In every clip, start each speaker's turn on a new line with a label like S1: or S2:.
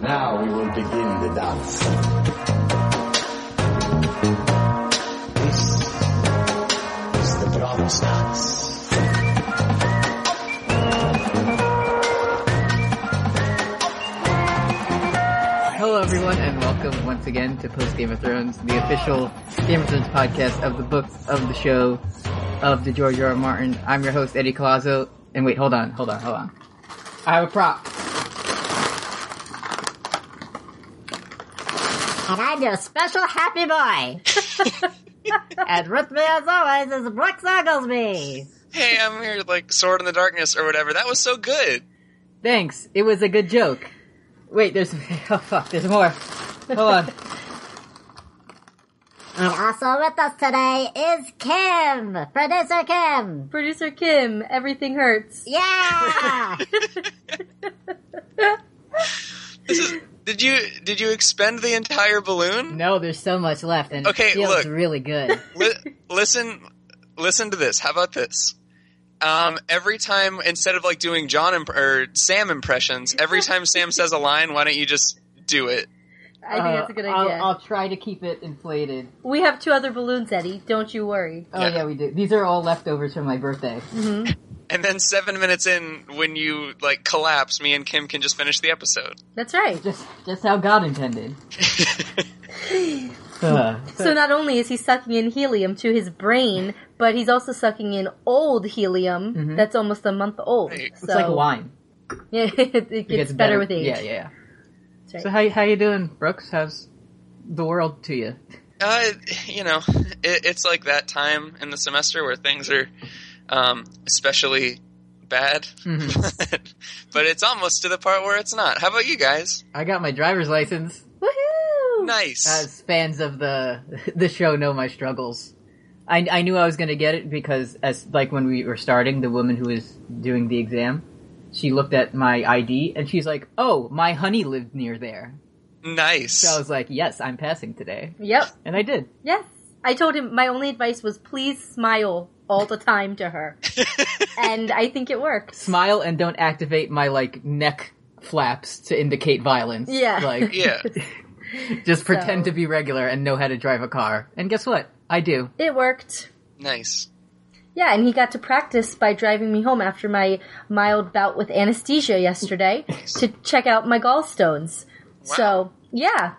S1: now we will begin the dance. This is the bronze dance.
S2: Hello, everyone, and welcome once again to Post Game of Thrones, the official Game of Thrones podcast of the book, of the show, of the George R. R. Martin. I'm your host, Eddie Colazzo. And wait, hold on, hold on, hold on. I have a prop.
S3: And I'm your special happy boy. and with me as always is Brooks Oglesby.
S4: hey, I'm here, like Sword in the Darkness or whatever. That was so good.
S2: Thanks. It was a good joke. Wait, there's oh fuck, there's more. Hold on.
S3: And also with us today is Kim, producer Kim.
S5: Producer Kim, everything hurts.
S3: Yeah!
S4: This is, did you did you expend the entire balloon?
S2: No, there's so much left, and
S4: Okay,
S2: it feels
S4: look.
S2: really good.
S4: Li- listen, listen to this. How about this? Um, every time, instead of like doing John imp- or Sam impressions, every time Sam says a line, why don't you just do it?
S5: I think that's a good
S2: Uh, I'll-
S5: idea.
S2: I'll, try to keep it inflated.
S5: we have two other balloons, Eddie. Don't you worry.
S2: Oh
S4: Yeah.
S2: yeah, we do. These are all leftovers from my birthday.
S4: And then seven minutes in, when you like collapse, me and Kim can just finish the episode.
S5: That's right.
S2: Just, just how God intended. Uh,
S5: So not only is he sucking in helium to his brain, but he's also sucking in old helium
S2: Mm-hmm.
S5: that's almost a month old.
S4: Right. It's
S5: So
S2: it's like wine.
S5: Yeah, it, it gets,
S2: It gets
S5: better, with age.
S2: Yeah, yeah. yeah.
S5: That's right.
S2: So how how you doing, Brooks? How's the world to you?
S4: Uh, you know, it, it's like that time in the semester where things are um, especially bad. but it's almost to the part where it's not. How about you guys?
S2: I got my driver's license.
S5: Woohoo!
S4: Nice.
S2: as fans of the the show know my struggles. I, I knew I was going to get it because as like when we were starting, the woman who was doing the exam, she looked at my ID and she's like, "Oh, my honey lived near there."
S4: nice.
S2: So I was like, "Yes, I'm passing today,"
S5: Yep.
S2: and I did.
S5: Yes. I told him my only advice was please smile all the time to her, and I think it worked.
S2: Smile and don't activate my like neck flaps to indicate violence.
S5: Yeah.
S2: like
S4: yeah.
S2: just pretend
S5: So-
S2: to be regular and know how to drive a car. And guess what? I do.
S5: It worked.
S4: Nice.
S5: Yeah, and he got to practice by driving me home after my mild bout with anesthesia yesterday to check out my gallstones. So, yeah,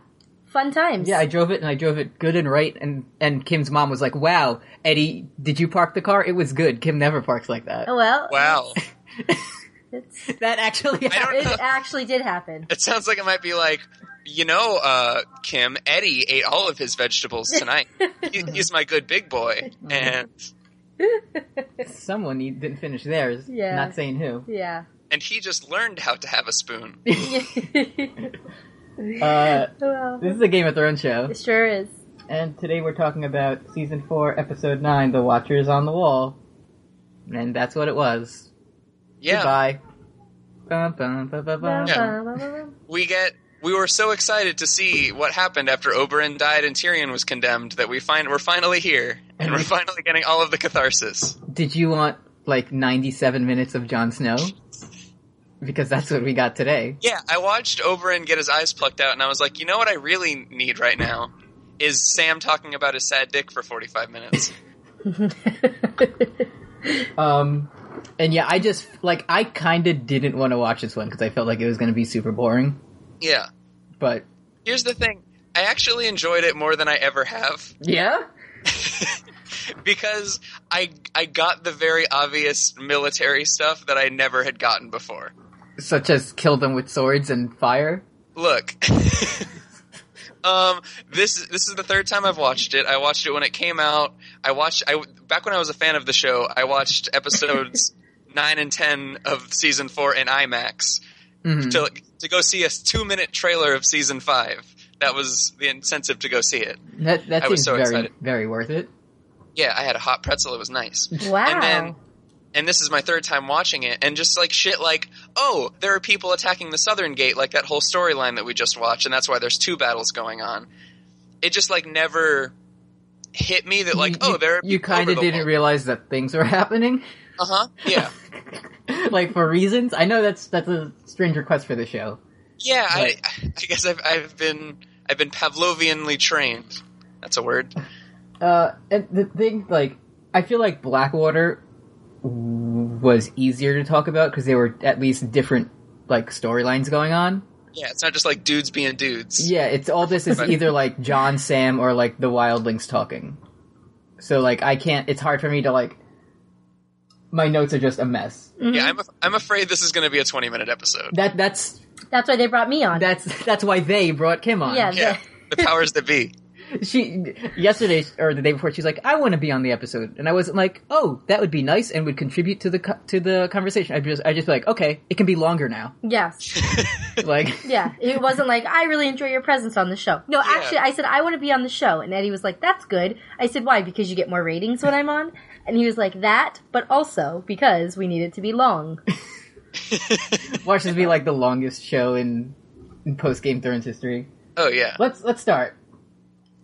S5: fun times.
S2: Yeah, I drove it and I drove it good and right and and Kim's mom was like, "Wow, Eddie, did you park the car? It was good. Kim never parks like that."
S5: Oh, well,
S4: Wow.
S5: it's,
S2: That actually
S4: I don't
S5: it
S4: know.
S5: actually did happen.
S4: It sounds like it might be like, you know, uh, Kim, Eddie ate all of his vegetables tonight. he, he's my good big boy. And
S2: someone need- didn't finish theirs.
S5: Yeah.
S2: Not saying who.
S5: Yeah.
S4: and he just learned how to have a spoon.
S2: Uh,
S5: well,
S2: this is a Game of Thrones show,
S5: it sure is.
S2: and today we're talking about season 4, episode 9, The Watchers on the Wall. And that's what it was.
S4: Yeah.
S2: Goodbye. Bum, bum, bum, bum, bum.
S4: we get we were so excited to see what happened after Oberyn died and Tyrion was condemned that we find we're finally here and we're finally getting all of the catharsis.
S2: Did you want like 97 minutes of Jon Snow? Because that's what we got today.
S4: Yeah, I watched Oberyn get his eyes plucked out and I was like, you know what I really need right now is Sam talking about his sad dick for 45 minutes.
S2: Um, and yeah, I just like I kind of didn't want to watch this one because I felt like it was going to be super boring.
S4: yeah.
S2: But
S4: Here's the thing. I actually enjoyed it more than I ever have
S2: yeah,
S4: because I I got the very obvious military stuff that I never had gotten before.
S2: such as kill them with swords and fire.
S4: look um this this is the third time i've watched it i watched it when it came out i watched i back when i was a fan of the show i watched episodes 9 and 10 of season 4 in imax
S2: Hmm. Mm-hmm.
S4: to, to go see a two minute trailer of season 5 that was the incentive to go see it
S2: That that
S4: I was
S2: seems
S4: so
S2: very
S4: excited.
S2: very worth it.
S4: yeah i had a hot pretzel it was nice
S5: Wow.
S4: and then and this is my third time watching it and just like shit like oh there are people attacking the southern gate like that whole storyline that we just watched and that's why there's two battles going on it just like never hit me that like
S2: You-
S4: oh there are
S2: you
S4: people
S2: kind of
S4: over the
S2: didn't
S4: wall.
S2: realize that things were happening,
S4: uh-huh yeah
S2: like for reasons. I know that's that's a strange request for the show,
S4: Yeah, I,
S2: Right.
S4: I guess I've, I've been I've been Pavlovianly trained. That's a word.
S2: Uh, and the thing, like, I feel like Blackwater was easier to talk about because they were at least different, like, storylines going on.
S4: Yeah, it's not just like dudes being dudes.
S2: Yeah, it's all this is
S4: But-
S2: either like John, Sam, or like the Wildlings talking. So like I can't. It's hard for me to like. My notes are just a mess.
S4: Yeah, I'm, af- I'm afraid this is going to be a 20 minute episode.
S2: That that's
S5: That's why they brought me on.
S2: that's that's why they brought Kim on.
S5: Yeah.
S4: Yeah, the powers that be.
S2: She yesterday or the day before, she's like, I want to be on the episode, and I wasn't like, oh, that would be nice and would contribute to the co- to the conversation. I just I just be like, okay, it can be longer now.
S5: yes.
S2: Like
S5: Yeah. It wasn't like, I really enjoy your presence on the show. No, actually, I said, I want to be on the show. And Eddie was like, that's good. I said, why? Because you get more ratings when I'm on? And he was like, that, but also because we need it to be long.
S2: watch this be like the longest show in, in post Game Thrones history.
S4: Oh yeah.
S2: Let's let's start.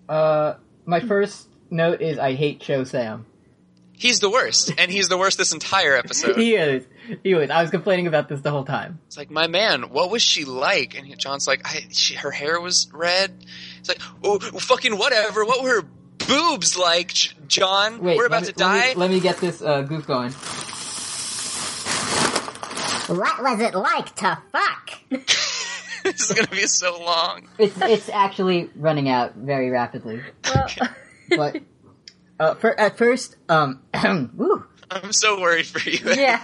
S2: Uh, my first note is I hate Cho Sam.
S4: He's the worst, and he's the worst this entire episode.
S2: He is. He was. I was complaining about this the whole time.
S4: It's like, my man, what was she like? And John's like, I, she, her hair was red. It's like, oh, fucking whatever. What were her boobs like, J- John?
S2: Wait,
S4: We're about
S2: let me,
S4: to die.
S2: Let me, let me get this uh, goof going.
S3: What was it like to fuck?
S4: this is going to be so long.
S2: It's it's actually running out very rapidly.
S5: Well,
S2: But uh, for, at first, um, woo,
S4: I'm so worried for you.
S5: yeah.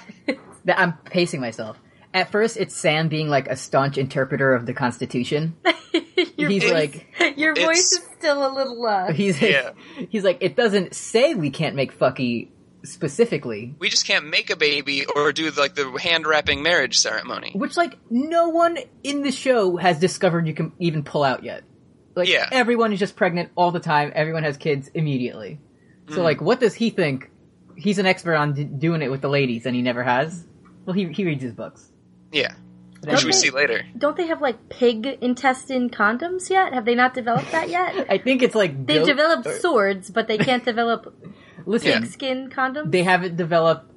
S2: that- I'm pacing myself. At first, it's Sam being like a staunch interpreter of the Constitution. he's
S4: voice-
S2: like,
S5: Your
S4: It's-
S5: voice is still a little, uh,
S2: he's
S4: Yeah.
S2: he's like, it doesn't say we can't make fucky specifically,
S4: we just can't make a baby or do like the hand wrapping marriage ceremony.
S2: which like no one in the show has discovered you can even pull out yet. Like
S4: Yeah.
S2: everyone is just pregnant all the time. Everyone has kids immediately.
S4: Mm-hmm.
S2: So like, what does he think? He's an expert on d- doing it with the ladies, and he never has. Well, he he reads his books.
S4: Yeah,
S2: But
S4: which we
S5: Okay.
S4: see later.
S5: don't they have like pig intestine condoms yet? Have they not developed that yet?
S2: I think it's like
S5: They've
S2: goat-
S5: developed
S2: or-
S5: swords, but they can't develop
S2: listen,
S4: Yeah.
S5: skin condoms.
S2: they haven't developed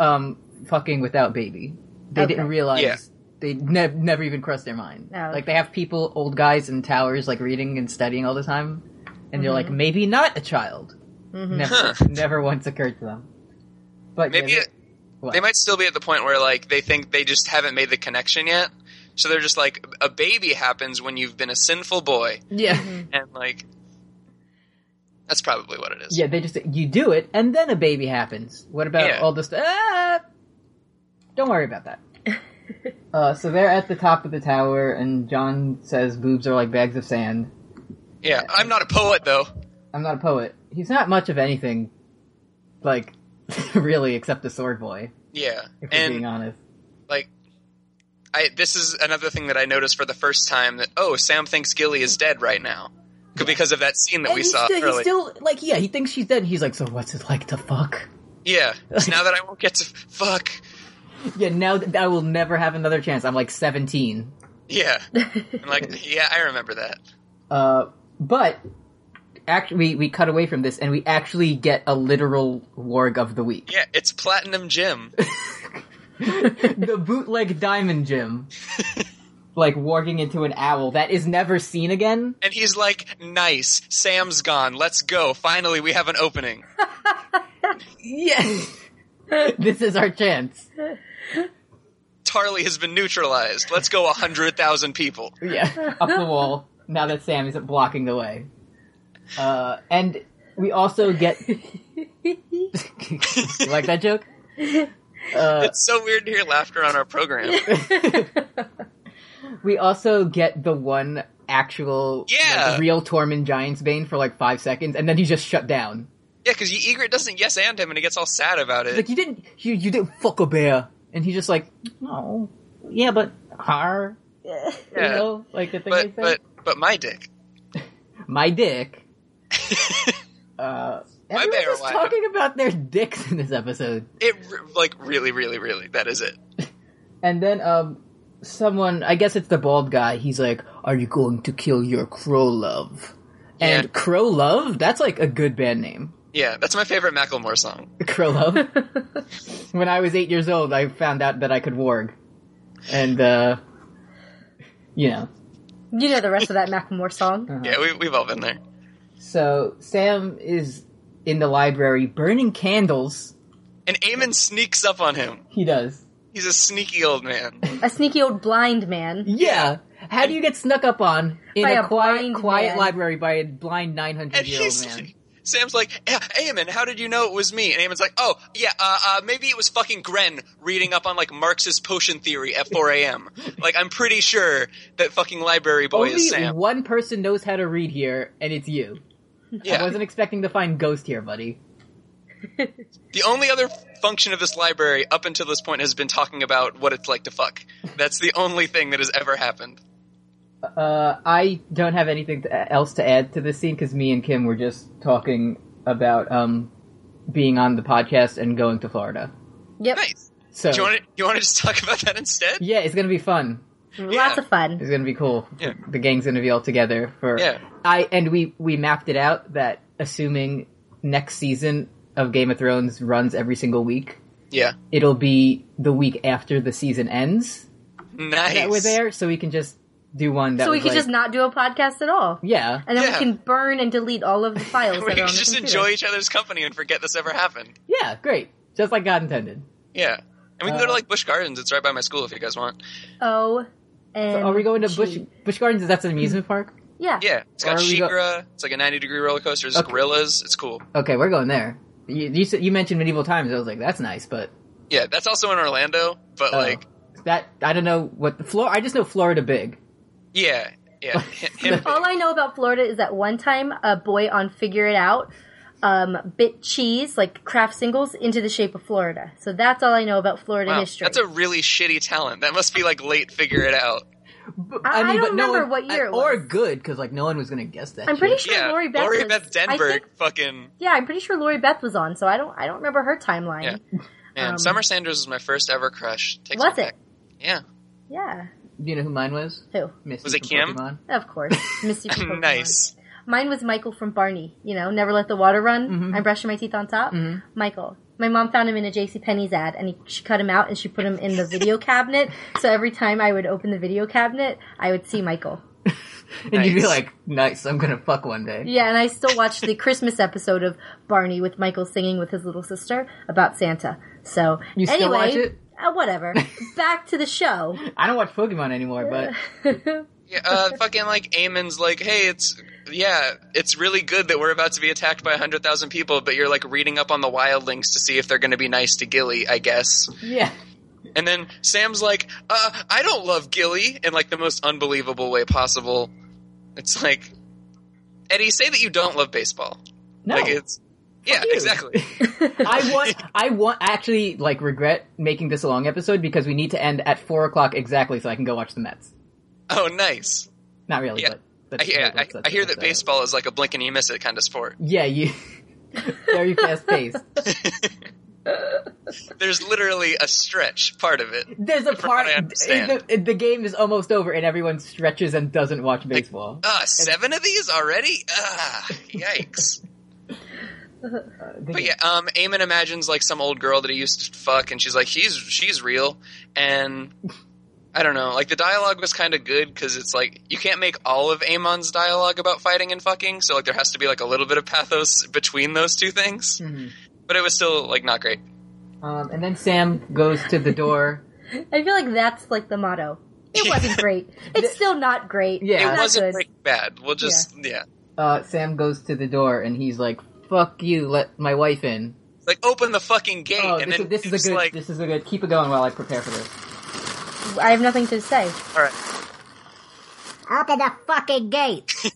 S2: um fucking without baby. They
S5: Okay.
S2: didn't realize.
S4: Yeah.
S2: They ne- never even crossed their mind.
S5: Oh,
S2: Like
S5: okay.
S2: they have people, old guys in towers, like reading and studying all the time, and they're like,
S5: Mm-hmm.
S2: maybe not a child. Never,
S4: Huh.
S2: never once occurred to them. But yeah,
S4: Maybe
S2: they-
S4: it-
S2: what?
S4: they might still be at the point where like they think they just haven't made the connection yet. So they're just like a baby happens when you've been a sinful boy,
S2: yeah,
S5: Mm-hmm.
S4: and like that's probably what it is.
S2: yeah. They just you do it, and then a baby happens. What about
S4: Yeah.
S2: all this? Ah, don't worry about that. uh, so they're at the top of the tower, and John says boobs are like bags of sand.
S4: Yeah, I'm not a poet though.
S2: I'm not a poet. He's not much of anything, like, really, except the sword boy,
S4: Yeah,
S2: if we're being
S4: and
S2: honest.
S4: like I this is another thing that I noticed for the first time that oh Sam thinks Gilly is dead right now because of that scene that we
S2: he's
S4: saw
S2: still, he's
S4: earlier.
S2: still, like, yeah, he thinks she's dead, and he's like, so what's it like to fuck?
S4: Yeah, so now that I won't get to fuck.
S2: Yeah, now that I will never have another chance. I'm like 17.
S4: Yeah, I'm like yeah, I remember that.
S2: Uh, but, actually, we, we cut away from this, and we actually get a literal warg of the week.
S4: Yeah, it's Platinum Jim.
S2: the bootleg diamond gym. like, warging into an owl that is never seen again.
S4: And he's like, nice, Sam's gone, let's go. Finally, we have an opening.
S2: Yes! this is our chance.
S4: Tarly has been neutralized, let's go 100,000 people.
S2: Yeah, up the wall. Now that Sam isn't blocking the way, uh, and we also get. you like that joke? Uh,
S4: It's so weird to hear laughter on our program.
S2: we also get the one actual,
S4: Yeah.
S2: like, real Tormund Giants Bane for like five seconds, and then he's just shut down.
S4: Yeah, because Egret doesn't yes and him and he gets all sad about
S2: It's
S4: it.
S2: Like you didn't, you you didn't fuck a bear, and he's just like, no, yeah, but har, you
S4: Yeah.
S2: know, like the thing they
S4: But,
S2: say.
S4: but, but my dick.
S2: my dick. uh,
S4: My
S2: everyone's
S4: bear
S2: just
S4: wife.
S2: talking about their dicks in this episode,
S4: It, re- like, really, really, really, that is it.
S2: and then um, someone, I guess it's the bald guy. He's like, "Are you going to kill your crow love?"
S4: Yeah.
S2: And crow love, that's like a good band name.
S4: Yeah, that's my favorite Macklemore song.
S2: Crow love. when I was eight years old, I found out that I could warg, and uh, you know.
S5: You know the rest of that Macklemore song.
S2: Uh-huh.
S4: Yeah, we, we've all been there.
S2: So Sam is in the library burning candles.
S4: And Eamon sneaks up on him.
S2: He does.
S4: He's a sneaky old man.
S5: A sneaky old blind man.
S2: Yeah. How do you get snuck up on in
S5: By
S2: a,
S5: a
S2: quiet,
S5: blind
S2: quiet
S5: man.
S2: library by a blind
S4: And
S2: 900 year
S4: he's
S2: old man?
S4: Sam's like, "Yeah, Eamon, how did you know it was me? And Eamon's like, oh, yeah, uh, uh, maybe it was fucking Gren reading up on, like, Marxist potion theory at 4 a.m. like, I'm pretty sure that fucking library boy
S2: Only
S4: is Sam.
S2: one person knows how to read here, and it's you. I
S4: Yeah.
S2: wasn't expecting to find Ghost here, buddy.
S4: The only other function of this library up until this point has been talking about what it's like to fuck. That's the only thing that has ever happened.
S2: Uh, I don't have anything to, else to add to this scene because me and Kim were just talking about um, being on the podcast and going to Florida.
S5: Yep.
S4: Nice.
S2: So
S4: Do you want to, you want to just talk about that instead?
S2: yeah, it's gonna be fun.
S5: Lots of fun.
S2: It's gonna be cool.
S4: Yeah.
S2: The gang's gonna be all together for
S4: Yeah.
S2: I and we we mapped it out that assuming next season of Game of Thrones runs every single week,
S4: Yeah.
S2: it'll be the week after the season ends
S4: Nice.
S2: that we're there, so we can just do one. That
S5: So we
S2: was
S5: could
S2: like-
S5: just not do a podcast at all.
S2: yeah.
S5: And then
S4: Yeah.
S5: we can burn and delete all of the files
S4: We
S5: that are
S4: can
S5: on the
S4: just
S5: computer.
S4: enjoy each other's company and forget this ever happened.
S2: Yeah, great. Just like God intended.
S4: Yeah. And we can go to
S2: Uh,
S4: like Bush Gardens. It's right by my school if you guys want.
S5: O and
S2: So are we going to Bush Bush Gardens? Is that an amusement park?
S5: Yeah.
S4: Yeah. It's got
S2: Or we go-
S4: Shigra. It's like a 90 degree roller coaster. There's
S2: Okay.
S4: gorillas. It's cool.
S2: Okay, we're going there. You, you, said- you mentioned medieval times. I was like, that's nice, but
S4: Yeah. That's also in Orlando, but
S2: oh,
S4: like,
S2: that I don't know what the floor. I just know Florida big.
S4: yeah. Yeah. Him- him-
S5: All I know about Florida is that one time a boy on Figure It Out um, bit cheese, like craft singles, into the shape of Florida. So that's all I know about Florida
S4: wow.
S5: history.
S4: That's a really shitty talent. That must be like late figure it out.
S2: B-
S5: I- I don't
S2: no
S5: remember
S2: one-
S5: what year
S2: I-
S5: it
S2: or
S5: was.
S2: good because like no one was gonna guess that.
S5: I'm pretty
S2: shit.
S5: sure
S4: Yeah.
S5: Lori Beth. was- I
S4: Denberg
S5: think-
S4: fucking.
S5: yeah, I'm pretty sure Lori Beth was on, so I don't I don't remember her timeline.
S4: Yeah. Man,
S5: Um,
S4: Summer Sanders was my first ever crush. Takes
S5: Was
S4: me
S5: it?
S4: back. Yeah.
S5: Yeah.
S2: Do you know who mine was?
S5: Who?
S2: Misty
S4: Was it
S2: from
S4: Kim?
S2: Pokemon.
S5: Of course. Missy from Pokemon.
S4: nice.
S5: Mine was Michael from Barney. You know, never let the water run.
S2: Mm-hmm.
S5: I'm brushing my teeth on top. Michael. My mom found him in a JCPenney's ad, and he, she cut him out, and she put him in the video cabinet. So every time I would open the video cabinet, I would see Michael.
S2: And you'd be
S4: Nice.
S2: like, nice. I'm gonna fuck one day.
S5: Yeah, and I still watch the Christmas episode of Barney with Michael singing with his little sister about Santa. So
S2: You still
S5: anyway,
S2: watch it?
S5: Uh, whatever. Back to the show.
S2: I don't watch Pokemon anymore, but
S4: Yeah, uh, fucking like Eamon's like, hey, it's yeah, it's really good that we're about to be attacked by hundred thousand people, but you're like reading up on the wildlings to see if they're going to be nice to Gilly, I guess.
S2: yeah.
S4: And then Sam's like, uh, I don't love Gilly in like the most unbelievable way possible. It's like, Eddie, say that you don't love baseball.
S2: No,
S4: Like it's yeah,
S2: you.
S4: exactly.
S2: I want. I want. I actually like regret making this a long episode because we need to end at four o'clock exactly so I can go watch the Mets.
S4: Oh, nice.
S2: Not really,
S4: Yeah.
S2: but
S4: I,
S2: that's-
S4: yeah, I,
S2: that's-
S4: I hear that
S2: that's, uh,
S4: baseball is like a blink and you miss it kind of sport.
S2: Yeah, you very fast paced.
S4: There's literally a stretch part of it.
S2: There's a
S4: From
S2: part
S4: what I understand.
S2: the, the game is almost over and everyone stretches and doesn't watch baseball.
S4: Uh, seven of these already? Ah, yikes. But yeah, um, Eamon imagines like some old girl that he used to fuck, and she's like, she's she's real, and I don't know. Like the dialogue was kind of good because it's like you can't make all of Amon's dialogue about fighting and fucking, so like there has to be like a little bit of pathos between those two things.
S2: Mhm.
S4: But it was still like not great.
S2: Um, and then Sam goes to the door.
S5: I feel like that's like the motto. It
S4: Yeah.
S5: wasn't great. It's still not great.
S2: Yeah.
S5: It's
S4: it
S5: not
S4: wasn't
S5: good.
S4: like bad. We'll just yeah.
S2: Uh, Sam goes to the door and he's like, "Fuck you! Let my wife in."
S4: like open the fucking gate,
S2: Oh,
S4: and
S2: this,
S4: then
S2: is- this is
S4: it's
S2: a good.
S4: like
S2: this is a good. Keep it going while I prepare for this.
S5: I have nothing to say.
S4: all right.
S3: Open the fucking gate.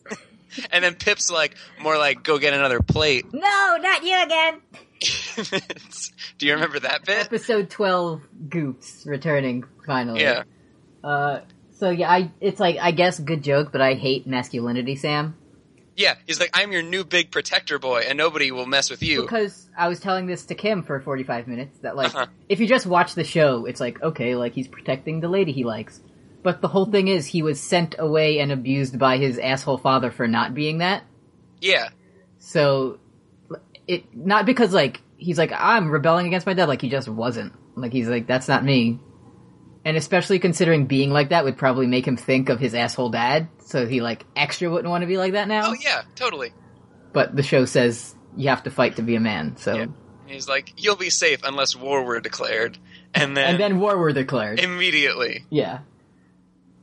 S4: And then Pip's like, more like, go get another plate.
S3: No, not you again.
S4: Do you remember that bit?
S2: Episode twelve, Goops returning finally.
S4: Yeah.
S2: Uh, so yeah, I it's like I guess good joke, but I hate masculinity, Sam.
S4: Yeah. He's like, I'm your new big protector boy, and nobody will mess with you.
S2: because I was telling this to Kim for 45 minutes that like
S4: Uh-huh.
S2: if you just watch the show, it's like okay, like he's protecting the lady he likes. But the whole thing is he was sent away and abused by his asshole father for not being that.
S4: Yeah.
S2: So it not because like he's like I'm rebelling against my dad, like he just wasn't. Like he's like that's not me. And especially considering being like that would probably make him think of his asshole dad, so he like extra wouldn't want to be like that now.
S4: Oh yeah, totally.
S2: But the show says you have to fight to be a man, so
S4: Yeah. And he's like, "You'll be safe unless war were declared," and then,
S2: and then war were declared.
S4: immediately.
S2: yeah.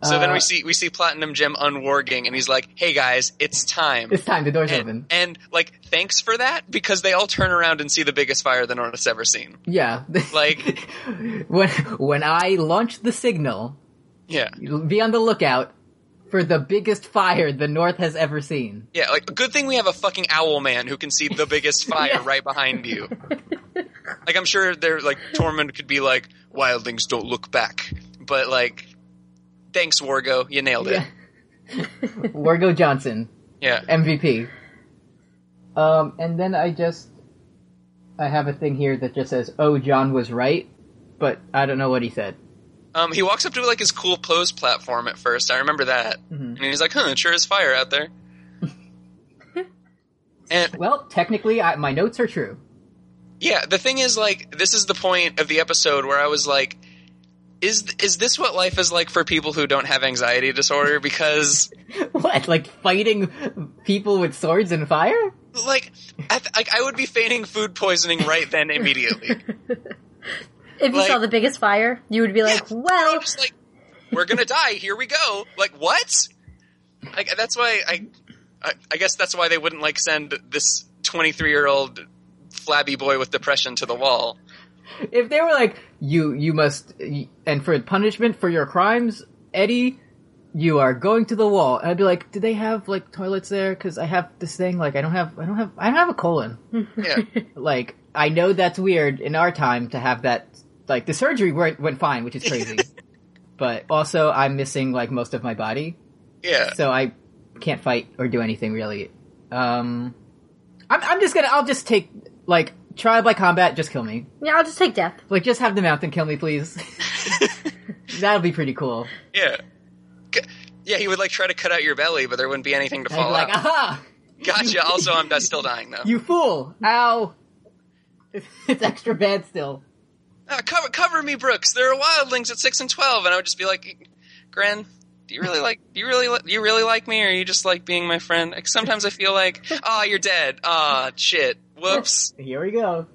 S4: So then
S2: Uh,
S4: we see we see Platinum Gem unwarging, and he's like, "Hey guys, it's time."
S2: it's time the doors
S4: And,
S2: open.
S4: and like, thanks for that because they all turn around and see the biggest fire the North's ever seen.
S2: Yeah.
S4: Like,
S2: when when I launch the signal,
S4: yeah,
S2: be on the lookout for the biggest fire the North has ever seen.
S4: yeah. Like, good thing we have a fucking owl man who can see the biggest fire right behind you. Like, I'm sure they're like Tormund could be like, "Wildlings don't look back," but like, thanks Wargo, you nailed it.
S2: Yeah. Wargo Johnson,
S4: Yeah,
S2: MVP. Um, and then I just I have a thing here that just says, "Oh, John was right," but I don't know what he said.
S4: Um, he walks up to like his cool pose platform at first. I remember that, and he's like, "Huh, it sure is fire out there." and
S2: Well, technically, I, my notes are true.
S4: yeah, the thing is, like, this is the point of the episode where I was like, "Is is this what life is like for people who don't have anxiety disorder?" Because
S2: what, like fighting people with swords and fire?
S4: like, I th- like I would be feigning food poisoning right then immediately.
S5: If you
S4: Like-
S5: saw the biggest fire, you would be like,
S4: I'm
S5: well,
S4: just like, "We're gonna die. Here we go." Like what? Like that's why I, I, I guess that's why they wouldn't like send this 23 year old flabby boy with depression to the wall.
S2: If they were like, "You, you must," and for punishment for your crimes, Eddie, you are going to the wall. And I'd be like, "Do they have like toilets there? Because I have this thing. Like, I don't have, I don't have, I don't have a colon.
S4: Yeah,
S2: like, I know that's weird in our time to have that. Like, the surgery went, went fine, which is crazy, but also I'm missing like most of my body."
S4: yeah.
S2: so I can't fight or do anything really. Um, I'm, I'm just gonna, I'll just take, like, trial by combat, just kill me.
S5: yeah, I'll just take death.
S2: Like, just have the mountain kill me, please. That'll be pretty cool.
S4: Yeah. C- Yeah, he would like try to cut out your belly, but there wouldn't be anything to
S2: I'd be
S4: fall
S2: like, "Ah."
S4: out.
S2: aha!
S4: Gotcha. Also, I'm not still dying though.
S2: You fool! Ow! It's, it's extra bad still.
S4: Ah, cover, cover me, Brooks. There are wildlings at six and twelve, and I would just be like, Gren, do you really like? Do you really? Li- do you really like me, or are you just like being my friend? Like, sometimes I feel like, ah, you're dead. Ah, shit. Whoops.
S2: Here we go.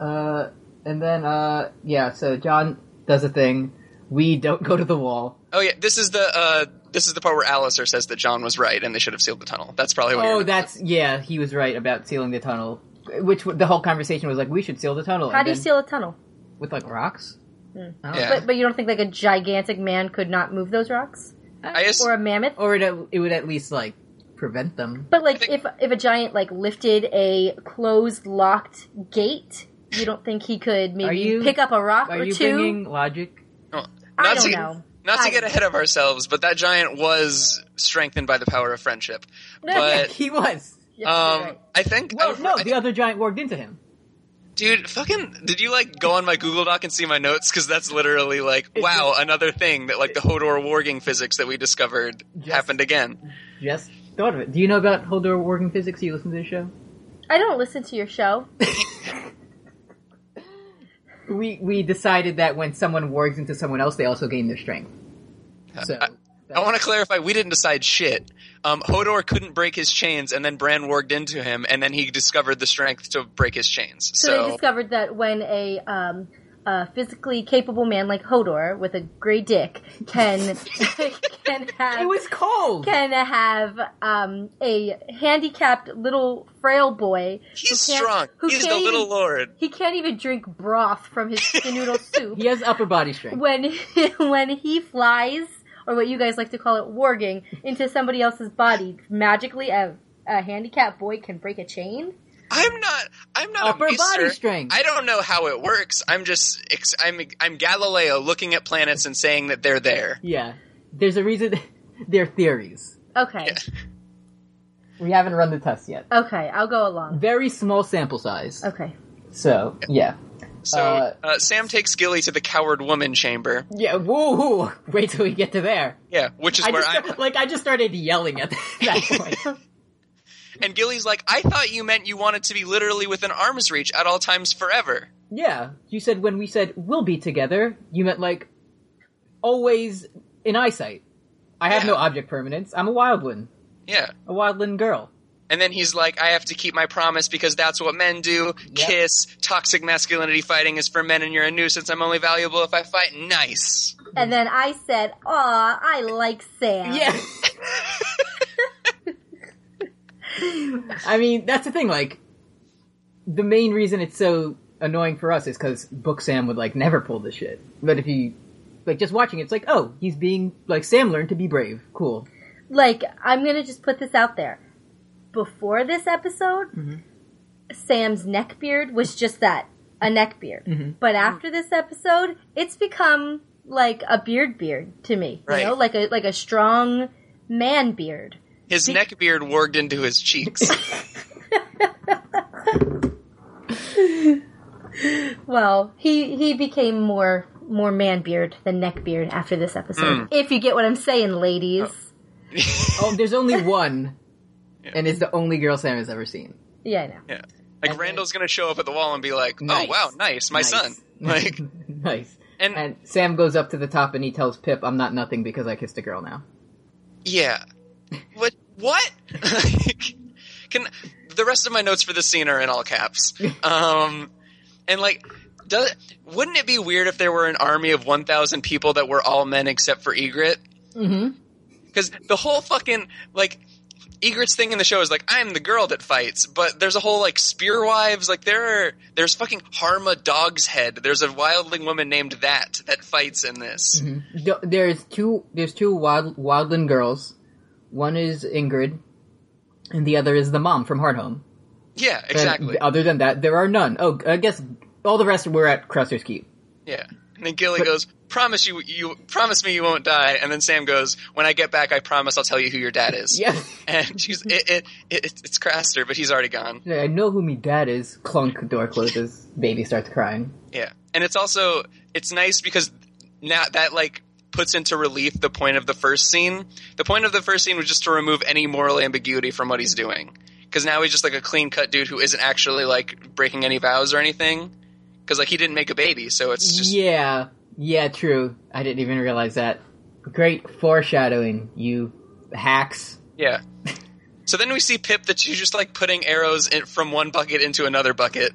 S2: Uh, and then, uh, yeah, so John does a thing. We don't go to the wall.
S4: Oh yeah, this is the uh, this is the part where Alistair says that John was right and they should have sealed the tunnel. That's probably what.
S2: Oh,
S4: you're-
S2: that's, yeah, he was right about sealing the tunnel. Which w- the whole conversation was like, we should seal the tunnel.
S5: How
S2: and
S5: do you
S2: then-
S5: seal Hmm. a tunnel?
S2: with like rocks. I don't
S4: Yeah.
S2: know.
S5: But, but you don't think like a gigantic man could not move those rocks?
S4: I ass-
S5: Or a mammoth?
S2: Or it, it would at least like prevent them.
S5: But like,
S4: think-
S5: if if a giant like lifted a closed, locked gate, you don't think he could maybe
S2: you-
S5: pick up a rock
S2: Are
S5: or
S2: you
S5: two?
S2: bringing logic?
S4: oh, not
S5: I
S4: to,
S5: don't know.
S4: Not to
S5: I-
S4: get ahead of ourselves, but that giant was strengthened by the power of friendship. But
S2: he was.
S5: Yes,
S4: um,
S5: you're right.
S4: I think I
S2: Well,
S4: don't-
S2: no,
S4: I-
S2: the other giant warged into him.
S4: dude, fucking, did you like go on my Google Doc and see my notes? Because that's literally like, wow, another thing that like the Hodor warging physics that we discovered
S2: Yes.
S4: happened again.
S2: Just thought of it. Do you know about Holdor warging physics? Do you listen to the show?
S5: I don't listen to your show.
S2: We we decided that when someone wargs into someone else, they also gain their strength. So
S4: I want to clarify, we didn't decide shit. Um, Hodor couldn't break his chains, and then Bran warged into him, and then he discovered the strength to break his chains.
S5: So,
S4: So,
S5: they discovered that when a um, a physically capable man like Hodor with a gray dick can can have
S2: it was cold.
S5: can have um, a handicapped little frail boy
S4: he's
S5: who can't-
S4: strong.
S5: who
S4: He's the
S5: can't even-
S4: little lord.
S5: He can't even drink broth from his noodle soup.
S2: He has upper body strength.
S5: when when he flies, or what you guys like to call it, warging into somebody else's body, magically a, a handicapped boy can break a chain.
S4: I'm not. I'm not
S2: Upper
S4: a maester.
S2: body strength.
S4: I don't know how it works. I'm just. ex- I'm. I'm Galileo looking at planets and saying that they're there.
S2: yeah, there's a reason. they're theories.
S5: Okay,
S2: We haven't run the test yet.
S5: okay, I'll go along.
S2: Very small sample size.
S5: Okay,
S2: So yeah.
S4: So
S2: Uh,
S4: uh, Sam takes Gilly to the coward woman chamber.
S2: Yeah, woo hoo! Wait till we get to there.
S4: Yeah, which is
S2: I
S4: where
S2: just
S4: I'm.
S2: like I just started yelling at that point.
S4: And Gilly's like, I thought you meant you wanted to be literally within arm's reach at all times forever.
S2: yeah, you said when we said we'll be together, you meant like always in eyesight. I have
S4: Yeah.
S2: no object permanence. I'm a wildling,
S4: Yeah.
S2: a wildling girl.
S4: And then he's like, I have to keep my promise because that's what men do.
S2: Yep.
S4: Kiss. Toxic masculinity fighting is for men and you're a nuisance. I'm only valuable if I fight. Nice.
S5: And then I said, "Aw, I like Sam."
S2: Yeah. I mean, that's the thing. Like, the main reason it's so annoying for us is because Book Sam would like never pull this shit. But if you like just watching, it, it's like, oh, he's being like Sam learned to be brave. Cool.
S5: Like I'm gonna just put this out there. Before this episode, Sam's neck beard was just that, a neck beard. But after this episode, it's become like a beard beard to me.
S4: Right.
S5: You know, like a like a strong man beard.
S4: His neck beard worked into his cheeks.
S5: Well, he he became more more man beard than neck beard after this
S4: Mm.
S5: episode. If you get what I'm saying, ladies.
S2: Oh, there's only one, and it's the only girl Sam has ever seen.
S5: Yeah, I know.
S4: yeah. Like Randall's gonna show up at the wall and be like, "Oh
S2: Nice.
S4: wow, nice, my
S2: Nice.
S4: son." Like,
S2: nice.
S4: And-
S2: and Sam goes up to the top and he tells Pip, "I'm not nothing because I kissed a girl now."
S4: yeah. What? What? Like, Can the rest of my notes for this scene are in all caps? Um, and like, does wouldn't it be weird if there were an army of one thousand people that were all men except for Egret?
S2: Mm-hmm.
S4: Because the whole fucking like Egret's thing in the show is like I'm the girl that fights, but there's a whole like spear wives. Like there are there's fucking Harma Dog's Head. There's a wildling woman named that that fights in this.
S2: Mm-hmm. There's two. There's two wild wildland girls. One is Ingrid, and the other is the mom from Hardhome.
S4: Yeah,
S2: And
S4: exactly.
S2: other than that, there are none. Oh, I guess all the rest were at Cruster's Keep.
S4: yeah. And then Gilly goes, "Promise you, you promise me you won't die." And then Sam goes, "When I get back, I promise I'll tell you who your dad is."
S2: Yeah,
S4: And she's it, it, it it's Craster, but he's already gone.
S2: I know who me dad is. Clunk. Door closes. Baby starts crying.
S4: Yeah, and it's also it's nice because now that like puts into relief the point of the first scene. The point of the first scene was just to remove any moral ambiguity from what he's doing, because now he's just like a clean cut dude who isn't actually like breaking any vows or anything, because like he didn't make a baby, so it's just
S2: Yeah, yeah, true. I didn't even realize that. Great foreshadowing, you hacks.
S4: yeah. So then we see Pip that she's just like putting arrows in, from one bucket into another bucket.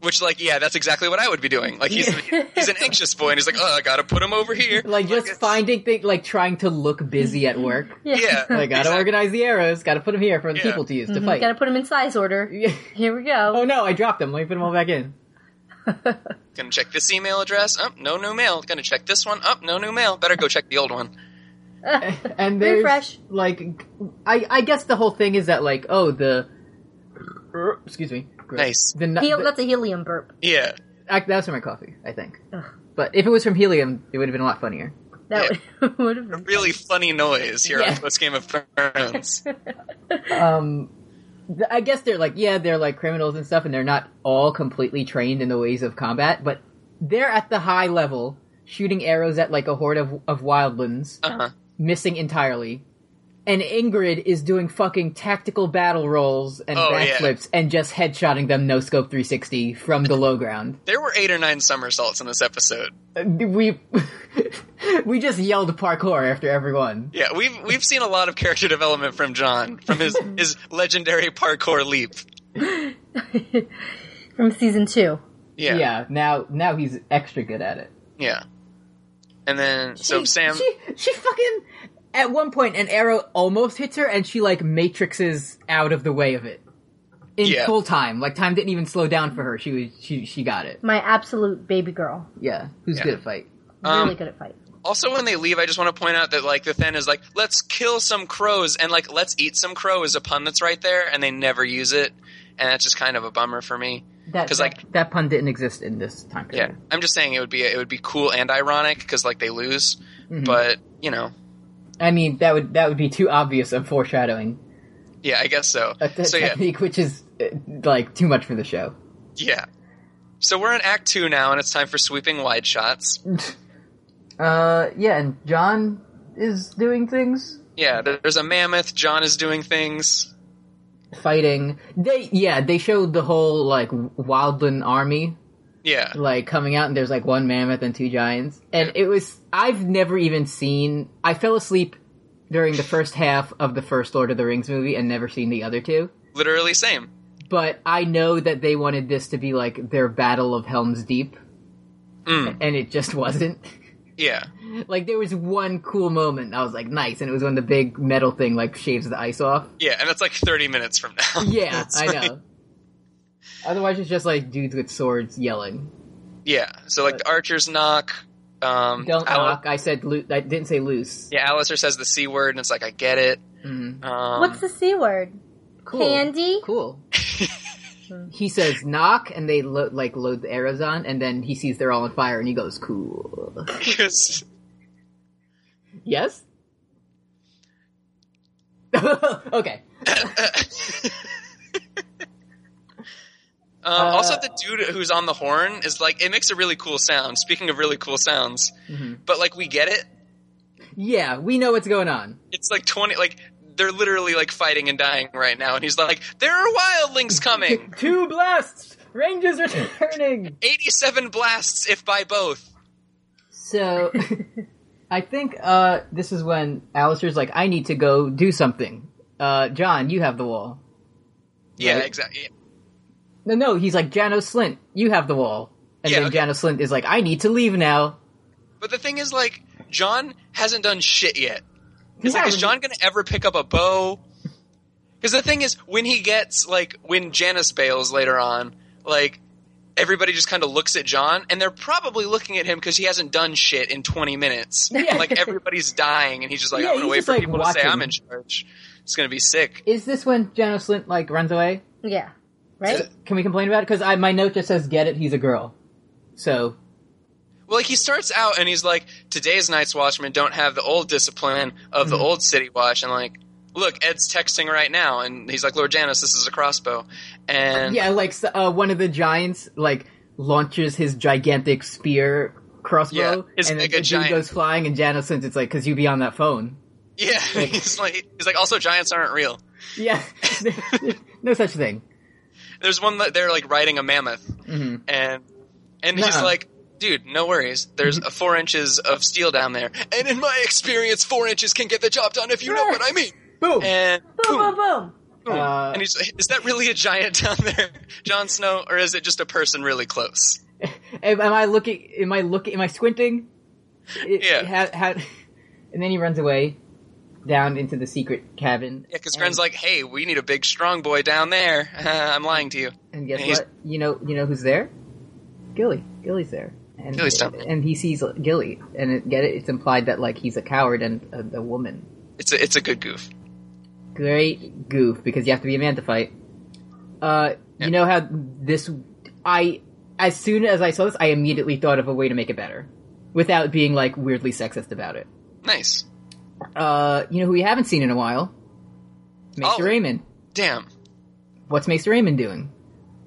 S4: Which, like, yeah, that's exactly what I would be doing. Like, he's, he's an anxious boy, and he's like, oh, I gotta put him over here.
S2: Like just
S4: it's-
S2: finding things, like trying to look busy at work.
S4: Yeah.
S2: Like, gotta
S4: Exactly.
S2: organize the arrows. Gotta put them here for the
S4: Yeah.
S2: people to use to fight.
S5: Gotta put them in size order.
S2: Yeah.
S5: Here we go.
S2: oh no, I dropped them. Let me put them all back in.
S4: Gonna check this email address. Up, no new mail. Gonna check this one. Up, no new mail. Better go check the old one.
S2: And there's
S5: Refresh.
S2: like, I I guess the whole thing is that like, oh the, excuse me, Gross.
S4: Nice.
S2: The, nu-
S5: Hel-
S2: Oh, the-
S5: that's a helium burp.
S4: Yeah.
S2: ac- that was from my coffee, I think.
S5: Ugh.
S2: But if it was from helium, it would have been a lot funnier.
S5: That would would have been.
S4: Really funny noise here
S2: Yeah.
S4: on Post Game of Thrones.
S2: um th- I guess they're like yeah, they're like criminals and stuff and they're not all completely trained in the ways of combat, but they're at the high level shooting arrows at like a horde of of wildlings,
S4: Uh-huh.
S2: missing entirely. And Ingrid is doing fucking tactical battle rolls and
S4: Oh, yeah.
S2: backflips and just headshotting them no scope 360 from the low ground.
S4: There were eight or nine somersaults in this episode.
S2: Uh, We we just yelled parkour after everyone.
S4: Yeah, we've we've seen a lot of character development from John, from his his legendary parkour leap.
S5: From season two.
S4: Yeah. Yeah.
S2: yeah, now now he's extra good at it.
S4: And then so
S2: She-
S4: Sam
S2: she she fucking at one point an arrow almost hits her and she like matrixes out of the way of it in
S4: Yeah.
S2: full time like time didn't even slow down for her she was she she got it
S5: My absolute baby girl.
S2: yeah who's
S4: Yeah.
S2: good at fight
S4: Um,
S5: really good at fight.
S4: also when they leave, I just want to point out that like the Than is like, let's kill some crows and like let's eat some crow is a pun that's right there, and they never use it, and that's just kind of a bummer for me.
S2: that
S4: 'Cause,
S2: that,
S4: like-
S2: that pun didn't exist in this time
S4: Yeah,
S2: period
S4: I'm just saying it would be it would be cool and ironic because like they lose,
S2: Mm-hmm.
S4: but you know,
S2: i mean that would that would be too obvious of foreshadowing
S4: yeah, I guess so.
S2: a te-
S4: so yeah,
S2: technique which is uh, like too much for the show
S4: yeah. So we're in Act Two now, and it's time for sweeping wide shots.
S2: uh yeah and john is doing things
S4: Yeah, there- there's a mammoth. John is doing things.
S2: fighting they yeah they showed the whole like wildland army
S4: Yeah.
S2: like coming out and there's like one mammoth and two giants and it was i've never even seen i fell asleep during the first half of the first lord of the rings movie and never seen the other two
S4: Literally same.
S2: but i know that they wanted this to be like their battle of helms deep
S4: Mm.
S2: and it just wasn't
S4: Yeah.
S2: like there was one cool moment and i was like nice and it was when the big metal thing like shaves the ice off
S4: Yeah, and that's like 30 minutes from now.
S2: yeah
S4: It's
S2: i
S4: like-
S2: know otherwise it's just like dudes with swords yelling
S4: Yeah. So like the archers knock. Um,
S2: don't
S4: Al-
S2: knock i said loo- i didn't say loose
S4: Yeah, Alistair says the c word, and it's like I get it.
S2: Mhm.
S4: Um,
S5: What's the c word?
S2: cool
S5: Candy.
S2: cool. he says knock, and they lo- like load the arrows on, and then he sees they're all on fire, and he goes cool.
S4: Because
S2: Yes. okay. Uh,
S4: um, also the dude who's on the horn is like it makes a really cool sound. Speaking of really cool sounds,
S2: Mm-hmm.
S4: but like we get it.
S2: Yeah, we know what's going on.
S4: It's like 20. Like they're literally like fighting and dying right now, and he's like, "There are wildlings coming.
S2: Two blasts. Rangers returning.
S4: 87 blasts, if by both."
S2: So, I think uh this is when Alistair's like, "I need to go do something." Uh, John, you have the wall.
S4: Yeah,
S2: Right.
S4: exactly.
S2: No, no, he's like, "Jano Slint, you have the wall." And
S4: Yeah,
S2: then
S4: okay.
S2: Jano Slint is like, "I need to leave now."
S4: But the thing is, like, John hasn't done shit yet. It's
S2: Yeah.
S4: like, is John gonna ever pick up a bow? Because the thing is, when he gets like when Janice bails later on, like everybody just kind of looks at John, and they're probably looking at him because he hasn't done shit in twenty minutes.
S2: Yeah.
S4: Like everybody's dying, and he's just like,
S2: Yeah,
S4: I'm gonna
S2: he's
S4: wait
S2: just,
S4: for
S2: like,
S4: people to say
S2: watching.
S4: I'm in charge. It's gonna be sick.
S2: Is this when Jano Slint like runs away?
S5: Yeah. Right.
S2: Can we complain about it? Because I my note just says get it. He's a girl, so
S4: Well, like he starts out and he's like, "Today's Night's Watchmen don't have the old discipline of
S2: Hmm.
S4: the old City Watch," and like, look, Ed's texting right now, and he's like, "Lord Janus, this is a crossbow," and
S2: yeah, like so- uh, one of the giants like launches his gigantic spear crossbow,
S4: Yeah, it's
S2: and
S4: like
S2: the
S4: a
S2: dude
S4: giant-
S2: goes flying, and Jano Slint it's like because you be on that phone.
S4: yeah, he's like, he's like, also giants aren't real.
S2: Yeah, no such thing.
S4: There's one that they're like riding a mammoth,
S2: Mm-hmm.
S4: and and he's
S2: Nuh-uh.
S4: like, "Dude, no worries. There's
S2: Mm-hmm.
S4: uh, four inches of steel down there, and in my experience, four inches can get the job done if you know what I mean."
S2: Boom.
S4: And
S5: Boom,
S4: boom.
S5: boom, boom.
S2: Uh,
S4: And he's like, is that really a giant down there, Jon Snow, or is it just a person really close?
S2: am, am I looking? Am I looking? Am I squinting? It-
S4: Yeah.
S2: ha- ha- and then he runs away down into the secret cabin.
S4: Yeah, because
S2: and-
S4: Gren's like, hey, we need a big strong boy down there. I'm lying to you.
S2: And guess
S4: And he's-
S2: what? You know, you know who's there? Gilly. Gilly's there. And,
S4: Gilly's down there.
S2: and he sees Gilly, and it, get it? It's implied that like he's a coward and a, a woman.
S4: It's a it's a good goof.
S2: Great goof because you have to be a man to fight. Uh,
S4: Yeah.
S2: you know how this? I as soon as I saw this, I immediately thought of a way to make it better, without being like weirdly sexist about it.
S4: Nice.
S2: Uh, you know who we haven't seen in a while? Maester
S4: Oh.
S2: Raymond.
S4: Damn.
S2: What's Maester Raymond doing?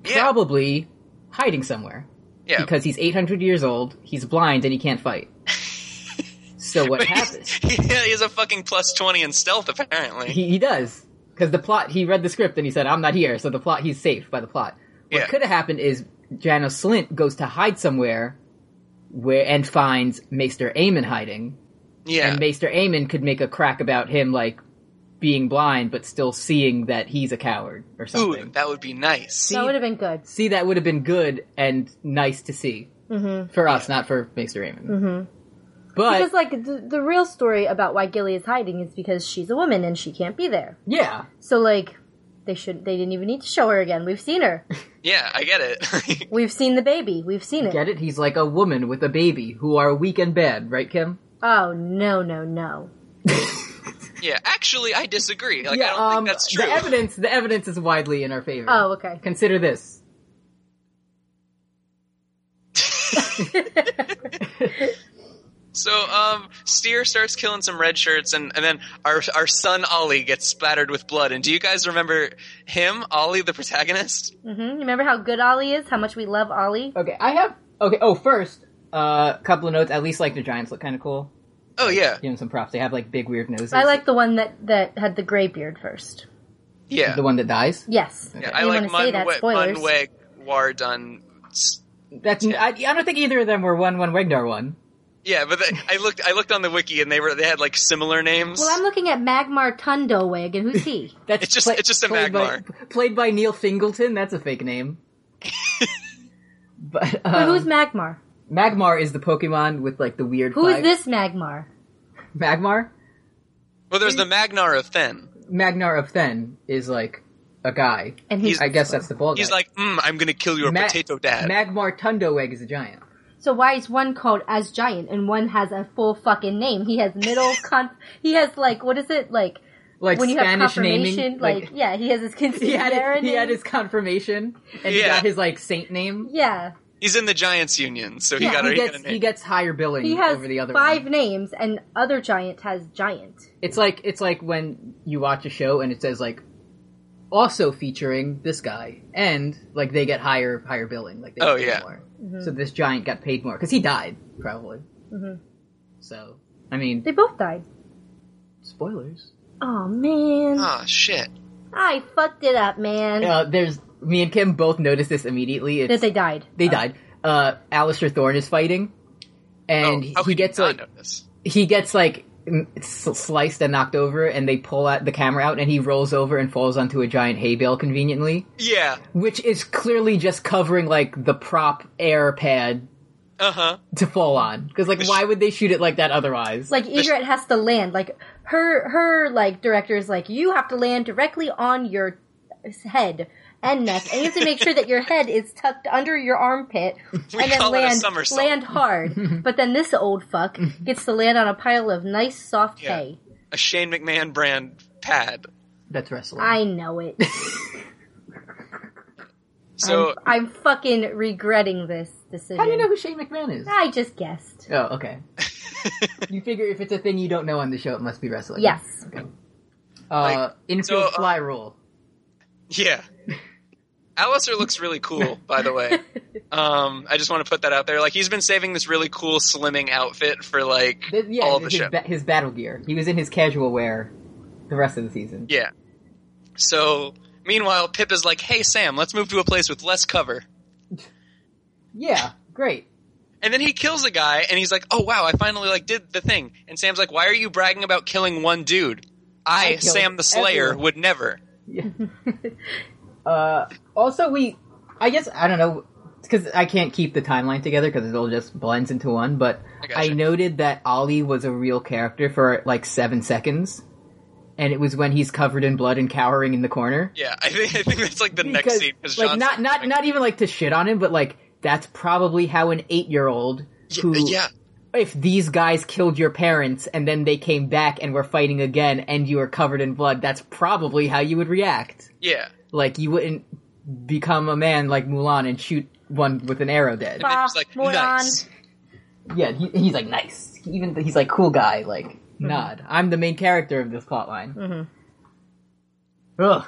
S4: Yeah.
S2: Probably hiding somewhere.
S4: yeah.
S2: because he's 800 years old, he's blind, and he can't fight. so what happens?
S4: yeah, he has a fucking plus twenty in stealth apparently.
S2: He, he does. Because the plot, he read the script and he said, I'm not here, so the plot, he's saved by the plot. What
S4: Yeah.
S2: could have happened is Janos Slint goes to hide somewhere where and finds Maester Aemon hiding,
S4: yeah.
S2: and Maester Aemon could make a crack about him, like, being blind, but still seeing that he's a coward or
S4: Ooh,
S2: something.
S4: that would be nice.
S5: That would have been good.
S2: see, that would have been good and nice to see. Mm-hmm. For us, not for Maester Aemon. Mm-hmm. But,
S5: Because like the, the real story about why Gilly is hiding is because she's a woman and she can't be there.
S2: yeah.
S5: So like they should they didn't even need to show her again. We've seen her.
S4: Yeah, I get it.
S5: We've seen the baby. We've seen it.
S2: Get it? He's like a woman with a baby who are weak and bad, right, Kim?
S5: Oh no no no.
S4: yeah, actually, I disagree. Like, I don't think that's true.
S2: Um, the evidence the evidence is widely in our favor.
S5: Oh okay.
S2: Consider this.
S4: so, um, Steer starts killing some red shirts, and, and then our our son Ollie gets splattered with blood. And do you guys remember him, Ollie, the protagonist?
S5: hmm You remember how good Ollie is? How much we love Ollie?
S4: Oh,
S2: Okay, I have okay, oh first, a uh, couple of notes. At least like the Giants look kinda cool.
S4: Oh yeah,
S2: Give them some props. They have like big weird noses.
S5: I like the one that that had the gray beard first.
S4: yeah.
S2: the one that dies.
S5: Yes.
S4: Yeah,
S5: I
S4: I like
S5: didn't wanna say that.
S4: Munwe-
S5: Spoilers.
S4: Munweg Wardun s-
S2: That's I, I don't think either of them were one one Wegdar one.
S4: Yeah, but the, I looked. I looked on the wiki, and they were they had like similar names.
S5: Well, I'm looking at Magmar Tundowig, and who's he?
S2: That's
S4: It's just- it's just a
S2: played by,
S4: Magmar.
S2: played by Neil Fingleton. That's a fake name. but um,
S5: But who's Magmar?
S2: Magmar is the Pokemon with like the weird.
S5: Who is
S2: five-
S5: this Magmar?
S2: Magmar?
S4: well, there's the Magnar of Fen.
S2: Magnar of Then is like a guy.
S5: And he's,
S2: I guess that's the ball.
S4: He's like, mm, I'm gonna kill your potato dad.
S2: Magmar Tundoweg is a giant.
S5: so why is one called as giant and one has a full fucking name? He has middle con. He has like what is it like
S2: Like
S5: when you have
S2: Spanish
S5: confirmation?
S2: naming.
S5: like, yeah, he has his
S2: he had
S5: consigliere
S2: his, he had
S5: name.
S2: his confirmation and he
S4: Yeah.
S2: got his like saint name.
S5: yeah.
S4: He's in the Giants Union, so he
S5: Yeah,
S4: got a,
S2: He
S4: he got
S2: gets
S4: a
S2: he
S4: name.
S2: gets higher billing
S5: He has
S2: over the other
S5: five
S2: one.
S5: names, and other giant has giant.
S2: It's like it's like when you watch a show and it says like also featuring this guy and like they get higher higher billing like they get
S4: Oh,
S2: paid
S4: yeah.
S2: more.
S5: Mm-hmm.
S2: So this giant got paid more because he died probably.
S5: Mhm.
S2: So I mean
S5: They both died.
S2: spoilers.
S5: Oh man,
S4: Ah, shit.
S5: I fucked it up, man.
S2: Uh, there's me and Kim both noticed this immediately. It's,
S5: That they died.
S2: they died. Uh, Alistair Thorne is fighting, and
S4: oh, how could
S2: he
S4: you
S2: gets
S4: not
S2: like
S4: know this?
S2: he gets like m- sl- sliced and knocked over, and they pull out the camera out, and he rolls over and falls onto a giant hay bale conveniently,
S4: Yeah.
S2: which is clearly just covering like the prop air pad
S4: Uh huh.
S2: to fall on. Because like, why would they shoot it like that otherwise?
S5: Like Egret has to land. Like her her like director is like, you have to land directly on your head and neck, and you have to make sure that your head is tucked under your armpit
S4: We
S5: and then
S4: call it a
S5: land
S4: somersault.
S5: land hard. but then this old fuck gets to land on a pile of nice soft
S4: Yeah.
S5: hay.
S4: A Shane McMahon brand pad.
S2: that's wrestling.
S5: I know it.
S4: So
S2: Um.
S5: I'm fucking regretting this decision.
S2: How do you know who Shane McMahon is?
S5: I just guessed.
S2: Oh, okay. you figure if it's a thing you don't know on the show, it must be wrestling.
S5: Yes.
S2: Okay. Uh,
S4: Like,
S2: infield
S4: so, uh,
S2: fly rule.
S4: yeah. Alistair looks really cool, by the way. Um, I just want to put that out there. Like he's been saving this really cool slimming outfit for like
S2: Th- yeah,
S4: all the
S2: his,
S4: show.
S2: ba- his battle gear. He was in his casual wear the rest of the season.
S4: Yeah. So meanwhile, Pip is like, "Hey Sam, let's move to a place with less cover."
S2: Yeah, great.
S4: And then he kills a guy, and he's like, "Oh wow, I finally like did the thing." And Sam's like, "Why are you bragging about killing one dude? I,
S2: I killed
S4: Sam the Slayer,
S2: everyone."
S4: would never."
S2: Yeah. uh, also, we, I guess, I don't know, because I can't keep the timeline together because it all just blends into one, but
S4: I
S2: I,
S4: gotcha.
S2: noted that Ollie was a real character for like seven seconds, and it was when he's covered in blood and cowering in the corner.
S4: Yeah, I think I think that's like the next
S2: Because,
S4: scene. 'cause
S2: like
S4: John's
S2: not not not even like to shit on him, but like that's probably how an eight year old
S4: Yeah,
S2: who
S4: yeah.
S2: if these guys killed your parents and then they came back and were fighting again and you were covered in blood, that's probably how you would react.
S4: yeah.
S2: Like you wouldn't become a man like Mulan and shoot one with an arrow dead.
S4: And then he's like,
S5: moron.
S4: "Nice."
S2: Yeah, he, he's like nice. He even he's like cool guy. Like
S5: Mm-hmm.
S2: nod. I'm the main character of this plotline.
S5: Mm-hmm.
S2: Ugh. What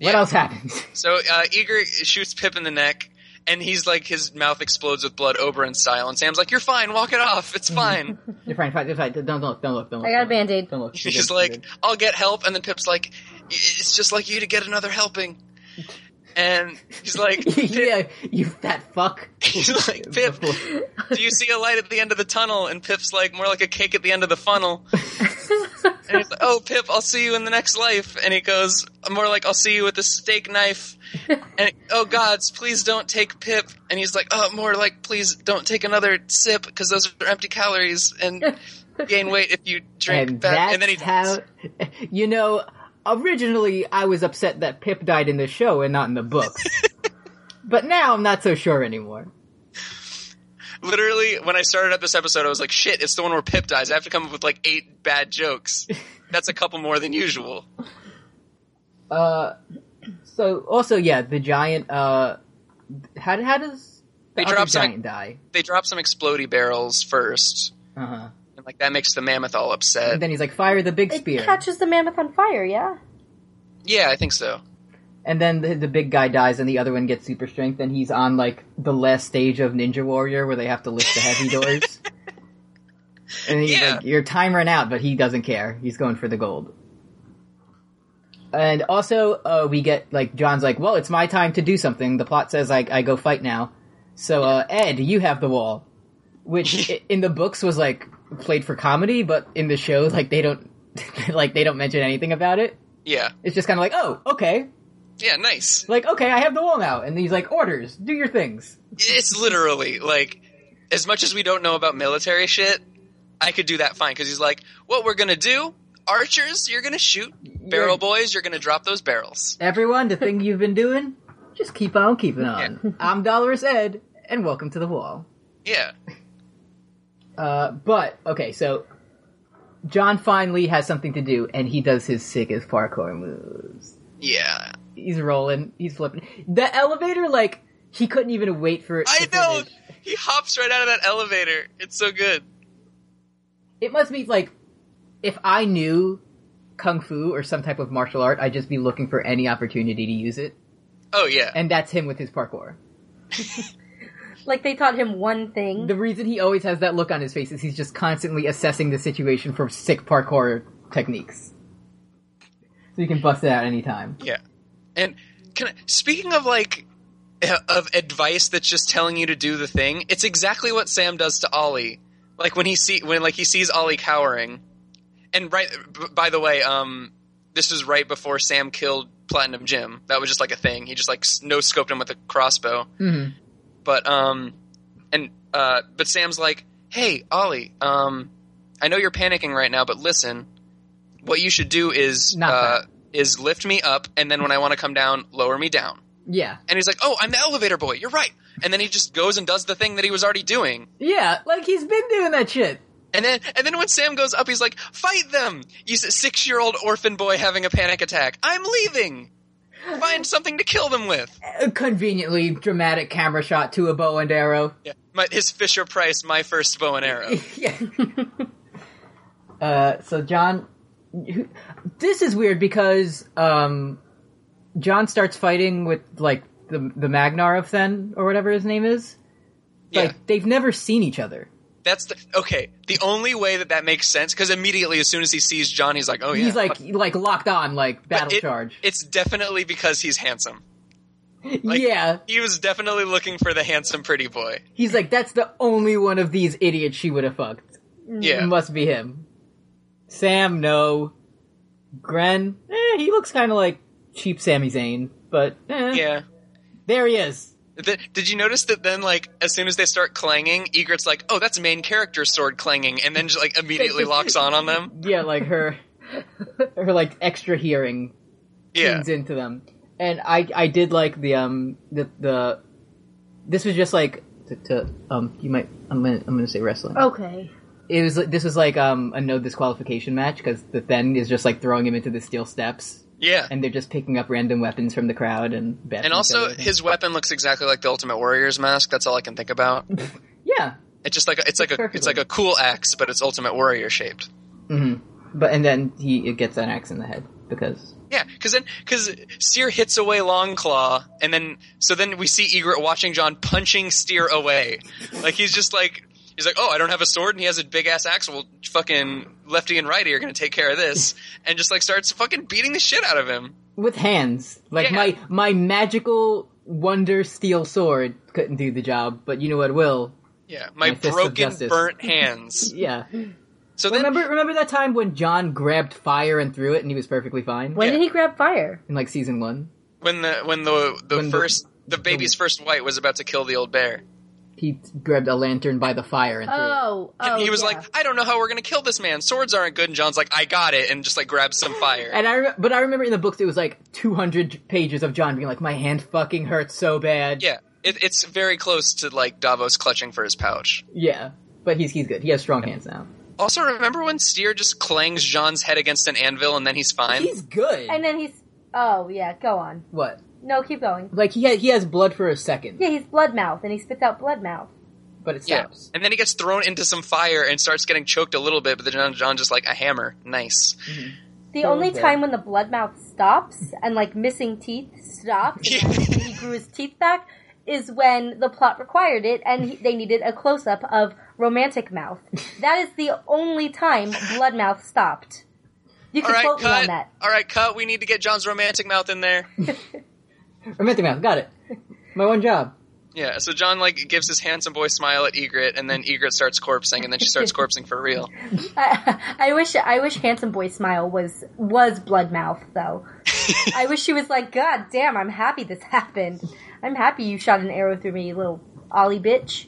S4: Yeah.
S2: else happens?
S4: So uh, Eager shoots Pip in the neck, and he's like, his mouth explodes with blood, Oberon style. And Sam's like, "You're fine. Walk it off. It's fine."
S2: You're fine. fine, you're fine. Don't look. Don't look. Don't look.
S5: I got a
S2: don't look,
S5: band-aid.
S2: Don't look. You're
S4: She's
S2: good, you're
S4: like,
S2: good.
S4: "I'll get help," and then Pip's like, "I- "It's just like you to get another helping." And he's like, Pip,
S2: yeah, you fat fuck.
S4: he's like, Pip, do you see a light at the end of the tunnel? And Pip's like, more like a cake at the end of the funnel. And he's like, oh, Pip, I'll see you in the next life. And he goes, more like, I'll see you with a steak knife. And oh, gods, please don't take Pip. And he's like, oh, more like, please don't take another sip because those are empty calories and gain weight if you drink.
S2: and
S4: that.
S2: that's
S4: and then he
S2: how you know. Originally, I was upset that Pip died in the show and not in the books, but now I'm not so sure anymore.
S4: literally when I started up this episode, I was like, shit, it's the one where Pip dies. I have to come up with like eight bad jokes. That's a couple more than usual.
S2: Uh, so also, yeah, the giant. Uh, how how does the
S4: They
S2: other
S4: drop some-
S2: giant die?
S4: They drop some explodey barrels first,
S2: Uh huh.
S4: and like that makes the mammoth all
S2: And
S4: upset.
S2: then he's like, "Fire the big
S5: It
S2: spear,"
S5: catches the mammoth on fire. Yeah.
S4: Yeah, I think so.
S2: and then the, the big guy dies, and the other one gets super strength, and he's on like the last stage of Ninja Warrior where they have to lift the heavy doors. And he's
S4: Yeah.
S2: like, "Your time ran out," but he doesn't care. He's going for the gold. And also, uh, we get like John's like, "Well, it's my time to do something." The plot says, "I I go fight now," So uh, Ed, you have the wall, which i- in the books was like played for comedy, but in the show, like they don't, like they don't mention anything about it.
S4: Yeah.
S2: It's just kind of like, oh, okay,
S4: Yeah, nice.
S2: like okay, I have the wall now, and he's like, orders, do your things.
S4: It's literally like as much as we don't know about military shit, I could do that fine because he's like, what we're gonna do? Archers, you're gonna shoot. Barrel
S2: You're-
S4: boys, you're gonna drop those barrels.
S2: Everyone, the thing you've been doing, just keep on keeping on. I'm Dollarus Ed, and welcome to the wall.
S4: Yeah.
S2: Uh, but okay, so John finally has something to do, and he does his sickest parkour moves.
S4: Yeah.
S2: He's rolling, he's flipping. The elevator, like he couldn't even wait for it.
S4: I
S2: to
S4: know.
S2: finish.
S4: He hops right out of that elevator. It's so good.
S2: It must be like if I knew kung fu or some type of martial art, I'd just be looking for any opportunity to use it,
S4: Oh yeah.
S2: and that's him with his parkour.
S5: Like they taught him one thing.
S2: The reason he always has that look on his face is he's just constantly assessing the situation for sick parkour techniques. So you can bust it out anytime.
S4: Yeah. And can I, speaking of like uh, of advice that's just telling you to do the thing, it's exactly what Sam does to Ollie. Like when he see when like he sees Ollie cowering. And right b- by the way, um this is right before Sam killed Platinum Jim. That was just like a thing. He just like no scoped him with a crossbow.
S2: hmm
S4: But um, and uh, but Sam's like, "Hey, Ollie, um, I know you're panicking right now, but listen, what you should do is
S2: Not
S4: uh, is lift me up, and then when I want to come down, lower me down."
S2: Yeah.
S4: And he's like, "Oh, I'm the elevator boy. You're right." And then he just goes and does the thing that he was already doing.
S2: Yeah, like he's been doing that shit.
S4: And then and then when Sam goes up, he's like, "Fight them! You s- six-year-old orphan boy having a panic attack. I'm leaving. Find something to kill them with."
S2: A conveniently dramatic camera shot to a bow and arrow.
S4: Yeah. My, his Fisher Price, my first bow and arrow.
S2: yeah. uh, so John, who- this is weird because um, John starts fighting with like the the Magnar of Then or whatever his name is.
S4: Yeah.
S2: Like they've never seen each other.
S4: That's the okay. The only way that that makes sense because immediately as soon as he sees John, he's like, "Oh yeah."
S2: He's like
S4: But-
S2: like locked on like
S4: but
S2: battle
S4: it-
S2: charge.
S4: It's definitely because he's handsome. like-
S2: yeah,
S4: He was definitely looking for the handsome pretty boy.
S2: he's like that's the only one of these idiots she would have fucked. It
S4: Yeah,
S2: must be him. Sam, no. Gren, eh, he looks kind of like cheap Sami Zayn, but eh.
S4: yeah.
S2: there he is.
S4: Th- did you notice that then, like, as soon as they start clanging, Egret's like, "Oh, that's main character sword clanging," and then just, like immediately locks on on them.
S2: Yeah, like her, her like extra hearing
S4: Yeah,
S2: tunes into them. And I, I did like the um the the, this was just like to, to um you might I'm gonna I'm gonna say
S5: Oh,
S2: wrestling.
S5: Okay.
S2: It was this was like um a no disqualification match because the Then is just like throwing him into the steel steps
S4: yeah.
S2: and they're just picking up random weapons from the crowd and bashing
S4: And
S2: each
S4: also,
S2: other.
S4: his weapon looks exactly like the Ultimate Warrior's mask. That's all I can think about.
S2: yeah
S4: It's just like a, it's like a it's like a cool axe, but it's Ultimate Warrior shaped.
S2: But and then he it gets an axe in the head because
S4: Yeah, because then because Steer hits away Longclaw, and then so then we see Egret watching John punching Steer away, like he's just like he's like, oh, I don't have a sword, and he has a big ass axe. Well, fucking lefty and righty are gonna take care of this, and just like starts fucking beating the shit out of him.
S2: with hands like
S4: Yeah.
S2: my my magical wonder steel sword couldn't do the job, but you know what will?
S4: Yeah, my,
S2: My fist of
S4: broken,
S2: justice.
S4: burnt hands.
S2: Yeah.
S4: So then,
S2: Remember remember that time when John grabbed fire and threw it and he was perfectly fine
S5: When
S4: Yeah.
S5: did he grab fire?
S2: in like season one.
S4: when the when the the
S2: When the-
S4: first the, baby's first white was about to kill the old bear,
S2: He grabbed a lantern by the fire and threw it.
S5: Oh, oh.
S4: he was
S5: yeah.
S4: like, I don't know how we're gonna kill this man. Swords aren't good, and John's like, I got it, and just like grabs some fire.
S2: And I re- but I remember in the books it was like 200 pages of John being like my hand fucking hurts so bad.
S4: Yeah, it, it's very close to like Davos clutching for his pouch.
S2: Yeah. But he's he's good. He has strong hands now.
S4: Also, remember when Steer just clangs John's head against an anvil and then he's fine?
S2: he's good.
S5: and then he's. Oh yeah, go on.
S2: what?
S5: No, keep going.
S2: Like he ha- he has blood for a second,
S5: Yeah, he's blood mouth, and he spits out blood mouth.
S2: but it
S4: yeah,
S2: stops.
S4: and then he gets thrown into some fire and starts getting choked a little bit, but then John, John just like a hammer. Nice.
S5: The only
S2: Okay.
S5: time when the blood mouth stops and like missing teeth stops, and he grew his teeth back, is when the plot required it and he, they needed a close up of romantic mouth. That is the only time blood mouth stopped. You
S4: All
S5: can
S4: right,
S5: quote me on
S4: cut.
S5: that.
S4: All right, cut. We need to get John's romantic mouth in there.
S2: Romantic mouth, got it. My one job.
S4: Yeah, so John like gives his handsome boy smile at Egret, and then Egret starts corpsing, and then she starts corpsing for real.
S5: I, I wish I wish handsome boy smile was was blood mouth though. I wish she was like, God damn, I'm happy this happened. I'm happy you shot an arrow through me, you little ollie bitch.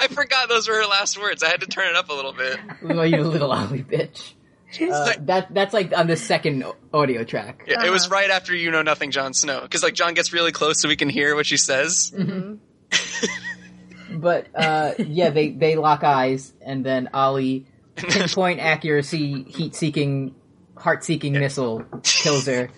S4: I forgot those were her last words. I had to turn it up a little bit.
S2: Oh, you little ollie bitch. Uh, that that's like on the second audio track.
S4: Yeah, it
S5: Uh-huh.
S4: was right after you know nothing, Jon Snow, because like John gets really close so we can hear what she says.
S2: But uh, yeah, they they lock eyes, and then Ollie pinpoint accuracy, heat seeking, heart seeking missile kills her,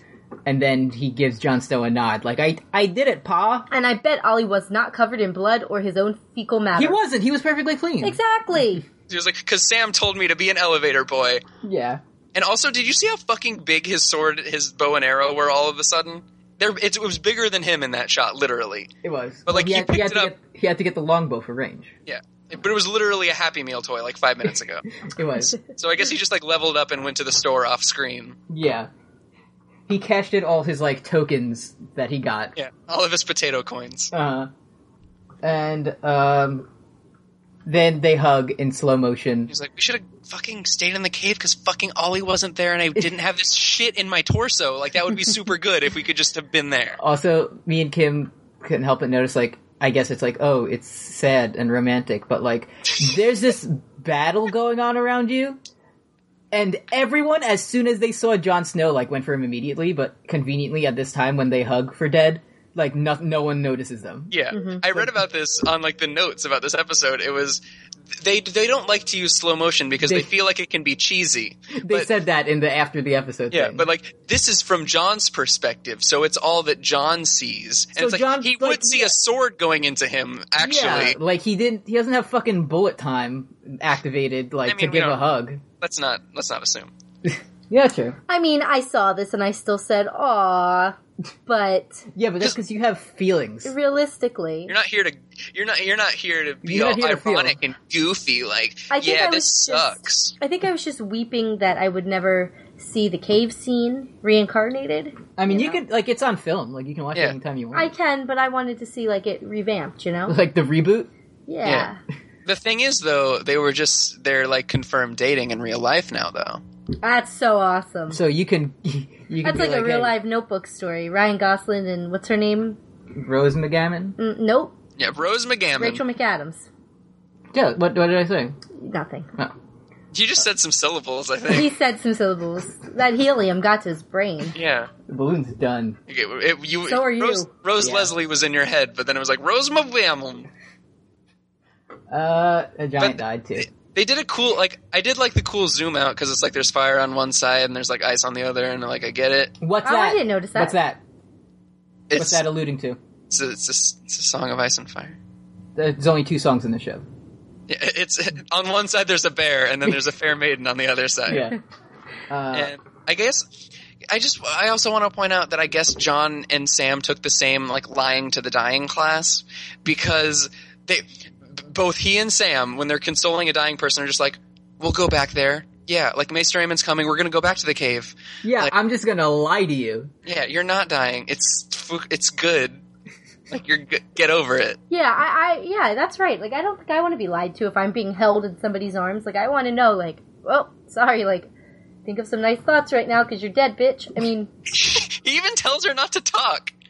S2: and then he gives Jon Snow a nod, like I I did it, Pa.
S5: And I bet Ollie was not covered in blood or his own fecal matter.
S2: He wasn't. He was perfectly clean.
S5: Exactly.
S4: He was like, "Cause Sam told me to be an elevator boy."
S2: Yeah.
S4: And also, did you see how fucking big his sword, his bow and arrow were all of a sudden? There, it, it was bigger than him in that shot, literally.
S2: It was.
S4: But, like,
S2: he
S4: he
S2: had, he had
S4: picked
S2: to
S4: it
S2: get he had to get the longbow for range.
S4: Yeah, but it was literally a Happy Meal toy like five minutes ago.
S2: It was.
S4: so I guess he just like leveled up and went to the store off screen.
S2: Yeah. He cashed in all his like tokens that he got.
S4: Yeah, all of his potato coins.
S2: Uh, and um, then they hug in slow motion.
S4: He's like, "We should have fucking stayed in the cave because fucking Ollie wasn't there, and I didn't have this shit in my torso. Like that would be super good if we could just have been there."
S2: Also, me and Kim couldn't help but notice like I guess it's like oh it's sad and romantic, but like there's this battle going on around you. And everyone, as soon as they saw Jon Snow, like went for him immediately. But conveniently, at this time when they hug for dead, like no, no one notices them.
S4: Yeah, I read about this on like the notes about this episode. It was they they don't like to use slow motion because they,
S2: They-
S4: feel like it can be cheesy.
S2: They
S4: but,
S2: said that in the after the episode.
S4: yeah,
S2: thing.
S4: but like this is from John's perspective, so it's all that John sees, and
S2: So
S4: it's like
S2: John's
S4: he
S2: like-
S4: would see a sword going into him.
S2: Yeah,
S4: Actually,
S2: like he didn't. He doesn't have fucking bullet time activated, like
S4: I
S2: to
S4: mean, we
S2: give a
S4: don't-
S2: hug.
S4: let's not let's not assume.
S2: Yeah, true.
S5: I mean, I saw this and I still said, "Aw," but
S2: Yeah, but that's because you have feelings.
S5: realistically,
S4: You're not here to you're not you're not here to be
S2: You're
S4: all
S2: not here to feel.
S4: ironic and goofy. Like
S5: I think
S4: yeah,
S5: I was
S4: this
S5: just-
S4: sucks.
S5: I think I was just weeping that I would never see the cave scene reincarnated.
S2: I mean,
S5: you
S2: you,
S5: know?
S2: could like it's on film. Like you can watch
S4: Yeah.
S2: it anytime you
S5: I
S2: want.
S5: can, but I wanted to see like it revamped, you know?
S2: like the reboot.
S5: Yeah.
S4: The thing is, though, they were just they're like confirmed dating in real life now, though.
S5: That's so awesome.
S2: So you can. You can
S5: That's
S2: be
S5: like, a real
S2: hey,
S5: life notebook story. Ryan Gosling and what's her name?
S2: Rose McGammon.
S5: Mm, nope.
S4: Yeah, Rose
S2: Mm-hmm.
S4: McGammon.
S5: Rachel McAdams.
S2: Yeah. What, what did I say?
S5: Nothing.
S2: Oh.
S4: You just said some syllables, I think.
S5: He said some syllables. That helium got to his brain.
S4: Yeah.
S2: The balloon's done.
S4: Okay, it- you,
S5: So are you.
S4: Rose, Rose
S2: Yeah.
S4: Leslie was in your head, but then it was like Rose McGammon.
S2: Uh, a giant
S4: But-
S2: died too.
S4: They did a cool, like I did like the cool zoom out because it's like there's fire on one side and there's like ice on the other, and like I get it.
S2: What's
S5: Oh, I
S2: that?
S5: didn't notice that.
S2: What's that? What's
S4: It's
S2: that alluding to?
S4: it's a, it's, a, it's a song of ice and fire.
S2: There's only two songs in the show.
S4: Yeah, It's on one side there's a bear, and then there's a fair maiden on the other side.
S2: Yeah. Uh,
S4: And I guess I just I also want to point out that I guess John and Sam took the same like lying to the dying class because they b- both he and Sam when they're consoling a dying person are just like we'll go back there. Yeah, like Maester Raymon's coming. We're gonna go back to the cave.
S2: yeah.
S4: like-
S2: I'm just gonna lie to you.
S4: Yeah, you're not dying. It's fu- it's good. Like you're g- get over it.
S5: Yeah, I, I yeah, that's right. Like I don't think I want to be lied to if I'm being held in somebody's arms. Like I want to know like, "Oh, sorry, like think of some nice thoughts right now cuz you're dead, bitch." I mean,
S4: He even tells her not to talk.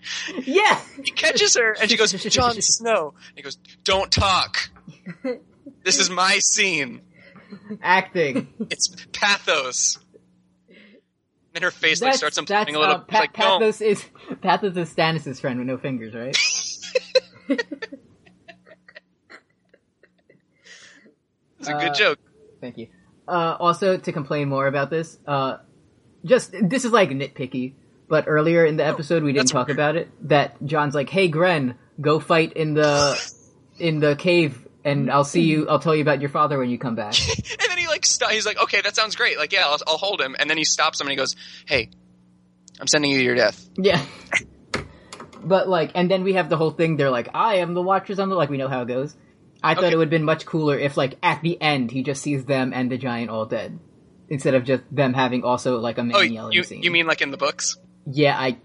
S2: Yeah.
S4: He catches her and she goes, "John Snow." And he goes, "Don't talk. This is my scene."
S2: Acting.
S4: It's pathos. And her face like starts
S2: that's,
S4: improving a little.
S2: uh,
S4: It's
S2: Pa-
S4: like no,
S2: Pathos is Pathos is Stannis' friend with no fingers, right?
S4: it's a good
S2: uh,
S4: joke.
S2: Thank you. Uh, also, to complain more about this, uh, just this is like nitpicky, but earlier in the episode we didn't
S4: Oh, that's
S2: talk about it. That John's like, "Hey, Gren, go fight in the in the cave, and I'll see you. I'll tell you about your father when you come back."
S4: And then he like st- he's like, okay, that sounds great. Like yeah, I'll, I'll hold him. And then he stops him and he goes, hey, I'm sending you to your death.
S2: yeah. But like, and then we have the whole thing. They're like, "I am the Watchers." I'm the like, we know how it goes. I thought
S4: Okay.
S2: it would have been much cooler if, like, at the end, he just sees them and the giant all dead, instead of just them having also like a man
S4: Oh,
S2: yelling
S4: you
S2: scene.
S4: you mean like in the books?
S2: Yeah, I I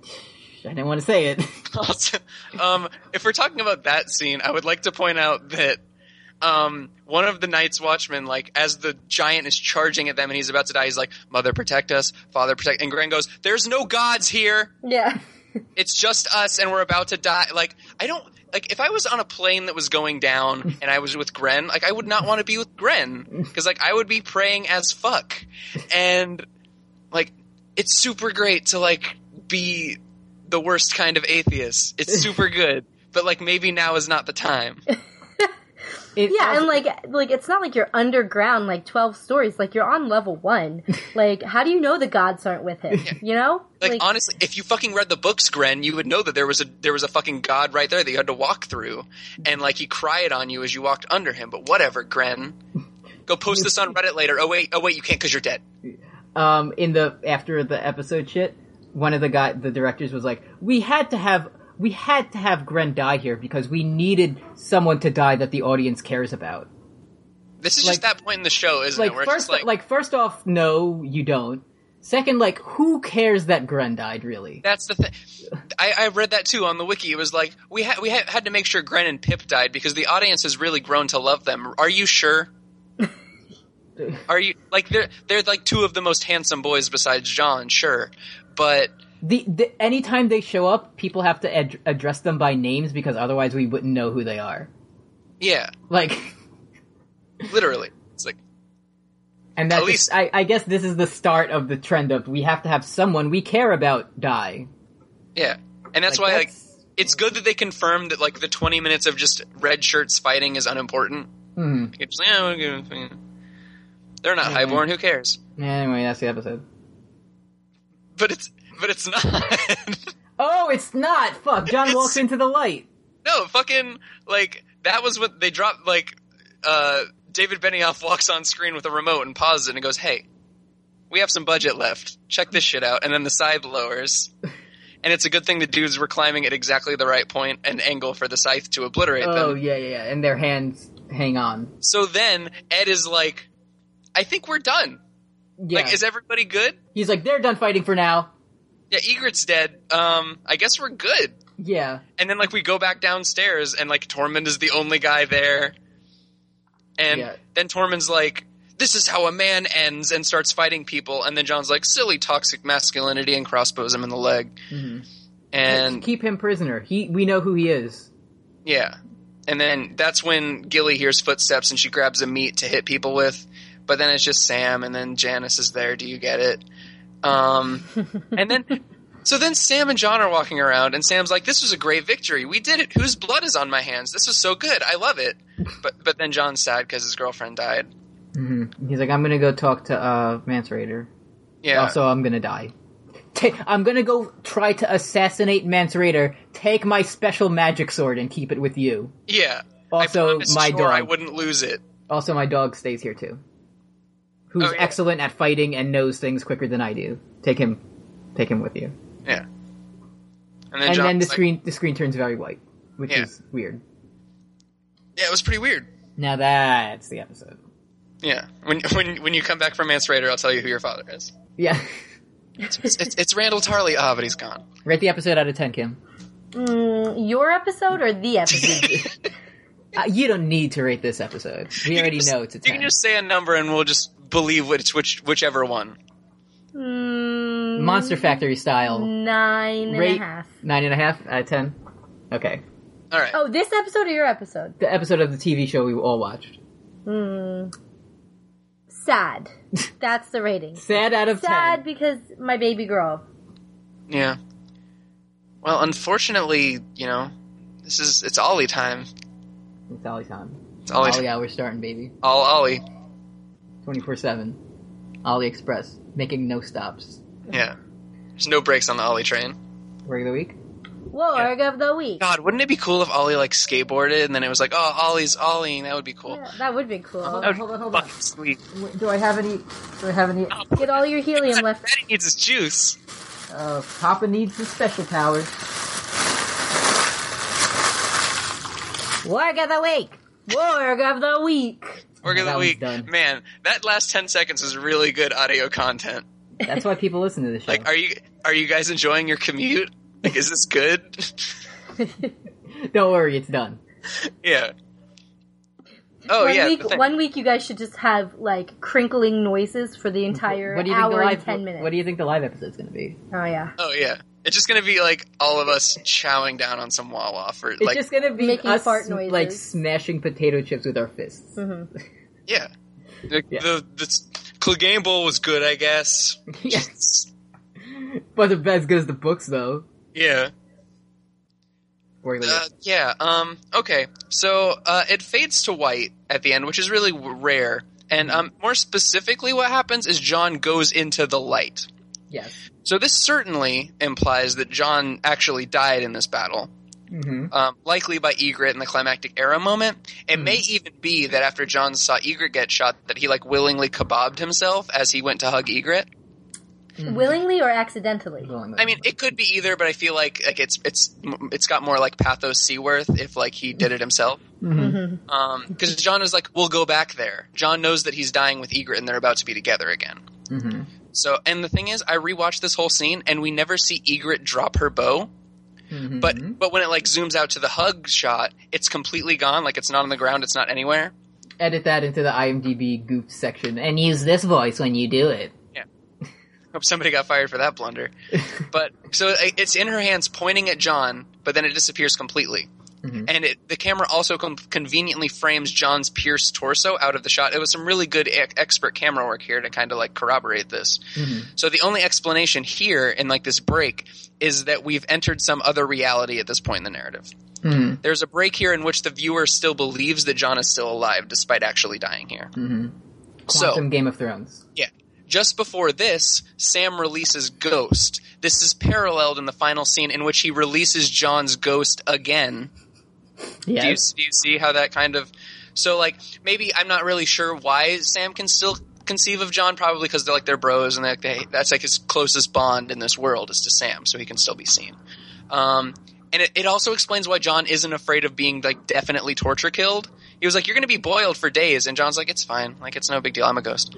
S2: didn't want to say it.
S4: Also, um, if we're talking about that scene, I would like to point out that um, one of the Night's Watchmen, like as the giant is charging at them and he's about to die, he's like, "Mother, protect us! Father, protect!" And Gren goes, "There's no gods here.
S5: Yeah.
S4: It's just us, and we're about to die." Like I don't like if I was on a plane that was going down and I was with Gren, like I would not want to be with Gren because like I would be praying as fuck, and like it's super great to like be the worst kind of atheist. It's super good, but like maybe now is not the time.
S2: It
S5: Yeah,
S2: also-
S5: and like like it's not like you're underground like 12 stories, like you're on level 1. Like how do you know the gods aren't with him? You know?
S4: Like, honestly, if you fucking read the books, Gren, you would know that there was a there was a fucking god right there that you had to walk through, and like he cried on you as you walked under him. But whatever, Gren. Go post this on Reddit later. Oh wait, oh wait, you can't because you're dead.
S2: um, in the after the episode shit, one of the guy, the directors was like, "We had to have, we had to have Gren die here because we needed someone to die that the audience cares about."
S4: This is just
S2: Like-
S4: that point in the show, isn't it?
S2: Like
S4: Where it's
S2: first,
S4: just
S2: like, first off, no, you don't. Second, like who cares that Gren died really?
S4: That's the thing. I, I read that too on the wiki. It was like we had we ha- had to make sure Gren and Pip died because the audience has really grown to love them. Are you sure? Are you like they're they're like two of the most handsome boys besides John? Sure, but
S2: The, the anytime they show up, people have to ad- address them by names because otherwise we wouldn't know who they are.
S4: yeah,
S2: Like,
S4: literally, it's like
S2: and that's
S4: At least-
S2: I, I guess this is the start of the trend of we have to have someone we care about die.
S4: yeah, and that's
S2: Like,
S4: why like
S2: that's-
S4: it's good that they confirmed that like the twenty minutes of just red shirts fighting is unimportant.
S2: Hmm.
S4: It's, yeah, we're gonna- they're not
S2: Mhm.
S4: highborn. Who cares?
S2: Anyway, that's the episode.
S4: But it's but it's not.
S2: Oh, it's not. Fuck. John
S4: It's-
S2: walks into the light.
S4: No, fucking like that was what they dropped. Like uh, David Benioff walks on screen with a remote and pauses it and goes, "Hey, we have some budget left. Check this shit out." And then the scythe lowers, and it's a good thing the dudes were climbing at exactly the right point and angle for the scythe to obliterate
S2: Oh
S4: them.
S2: yeah, yeah, yeah. And their hands hang on.
S4: So then Ed is like, "I think we're done.
S2: Yeah.
S4: Like, is everybody good?
S2: He's like, they're done fighting for now.
S4: Yeah, Egret's dead. Um, I guess we're good."
S2: Yeah.
S4: and then like we go back downstairs and like Tormund is the only guy there. And
S2: Yeah.
S4: then Tormund's like, This is how a man ends and starts fighting people and then John's like, silly toxic masculinity and crossbows him in the leg.
S2: Mhm.
S4: And
S2: keep him prisoner. He, we know who he is.
S4: yeah. And then that's when Gilly hears footsteps and she grabs a meat to hit people with. But then it's just Sam and then Janice is there, do you get it? Um and then So then Sam and John are walking around, and Sam's like, "This was a great victory. We did it. Whose blood is on my hands? This is so good. I love it." But but then John's sad because his girlfriend died.
S2: hmm He's like, I'm gonna go talk to uh, Mance Raider.
S4: Yeah.
S2: Also, I'm gonna die. Ta- I'm gonna go try to assassinate Mance Raider. Take my special magic sword and keep it with you.
S4: yeah. I
S2: Also,
S4: promised
S2: my
S4: Shore I
S2: dog.
S4: wouldn't lose it.
S2: Also, my dog stays here too. Who's
S4: Oh, yeah.
S2: excellent at fighting and knows things quicker than I do. Take him. Take him with you.
S4: Yeah. And then
S2: and
S4: John's
S2: then the
S4: like,
S2: screen the screen turns very white, which
S4: Yeah.
S2: is weird.
S4: Yeah, it was pretty weird.
S2: Now that's the episode.
S4: Yeah. When when when you come back from Mance Raider, I'll tell you who your father is.
S2: Yeah,
S4: It's it's, it's, it's Randall Tarley. Ah, but he's gone.
S2: rate the episode out of ten, Kim.
S5: Mm, your episode or the episode?
S2: Uh, you don't need to rate this episode. We
S4: You can
S2: already
S4: just-
S2: know it's a
S4: You
S2: ten.
S4: can just say a number, and we'll just believe which which whichever one.
S5: mm,
S2: Monster Factory
S4: Mm.
S2: style.
S5: nine and a
S2: Rate
S5: half.
S2: nine and a half out of ten. Okay,
S4: All right.
S5: Oh, this episode or your episode?
S2: the episode of the TV show we all watched.
S5: Mm, sad. That's the rating.
S2: Sad out of ten.
S5: Sad because my baby girl.
S4: Yeah. Well, unfortunately, you know, this is it's Ollie time.
S2: It's Ollie time.
S4: It's Ollie. time.
S2: Ollie hour starting, baby.
S4: All Ollie.
S2: Twenty four seven. Ollie Express making no stops.
S4: Yeah. There's no brakes on the Ollie train.
S2: Word of the week.
S5: Warg of the week.
S4: God, wouldn't it be cool if Ollie like skateboarded and then it was like, oh, Ollie's Ollie, that would be cool.
S5: Yeah, that would be cool.
S4: That would
S2: hold
S4: be
S2: on, hold on.
S4: fucking sweet.
S2: Do I have any? Do I have any?
S5: Get all your helium left.
S4: Daddy needs his juice.
S2: Uh, Papa needs his special powers.
S5: Warg of the week. Warg of the week.
S4: Work of
S2: That
S4: the
S2: one's
S4: week.
S2: done.
S4: Man, that last ten seconds is really good audio content.
S2: That's why people listen to the show.
S4: Like, are you are you guys enjoying your commute? Like, is this good?
S2: Don't worry, it's done.
S4: yeah. Oh
S5: one
S4: yeah.
S5: week,
S4: the thing.
S5: one week you guys should just have like crinkling noises for the entire
S2: What do you think the
S5: hour
S2: live?
S5: and ten minutes.
S2: What do you think the live episode's going to be?
S5: oh yeah,
S4: Oh yeah. It's just gonna be like all of us chowing down on some Wawa for
S2: It's
S4: like
S2: just going to be
S5: Making
S2: us
S5: fart noises.
S2: like smashing potato chips with our fists.
S5: mm-hmm.
S4: yeah. The,
S2: Yeah.
S4: the the Clegane Bowl was good, I guess.
S2: yes, but the as good as the books though.
S4: Yeah.
S2: Worry about
S4: Uh,
S2: it.
S4: yeah. Um. Okay. So uh, it fades to white at the end, which is really w- rare. And um, more specifically, what happens is John goes into the light.
S2: Yes.
S4: So this certainly implies that John actually died in this battle,
S2: hmm
S4: um, likely by Egret in the climactic era moment. It may even be that after John saw Egret get shot, that he like willingly kebabbed himself as he went to hug Egret.
S2: Hmm.
S5: willingly or accidentally.
S4: I mean, it could be either, but I feel like like it's it's it's got more like pathos Seaworth if like he did it himself.
S5: Mm-hmm.
S4: Um, because John is like, we'll go back there. John knows that he's dying with Egret and they're about to be together again.
S2: hmm
S4: So, and the thing is, I rewatched this whole scene and we never see Egret drop her bow.
S2: Mm-hmm.
S4: But but when it like zooms out to the hug shot, it's completely gone. Like it's not on the ground. It's not anywhere.
S2: edit that into the IMDb goof section and use this voice when you do it.
S4: Hope somebody got fired for that blunder. but so i- it's in her hands, pointing at John, but then it disappears completely.
S2: Mhm.
S4: And it, the camera also com- conveniently frames John's pierced torso out of the shot. It was some really good e- expert camera work here to kind of like corroborate this. So the only explanation here in like this break is that we've entered some other reality at this point in the narrative.
S2: Mhm.
S4: There's a break here in which the viewer still believes that John is still alive despite actually dying here. So
S2: Quantum Game of Thrones.
S4: yeah. Just before this, Sam releases Ghost. This is paralleled in the final scene in which he releases John's ghost again. Do, you,
S2: Yes.
S4: do you see how that kind of. So, like, maybe I'm not really sure why Sam can still conceive of John, probably because they're like they're bros and they're, like, they, that's like his closest bond in this world is to Sam, so he can still be seen. Um, and it, it also explains why John isn't afraid of being, like, definitely torture killed. He was like, You're going to be boiled for days. And John's like, It's fine. Like, it's no big deal. I'm a ghost.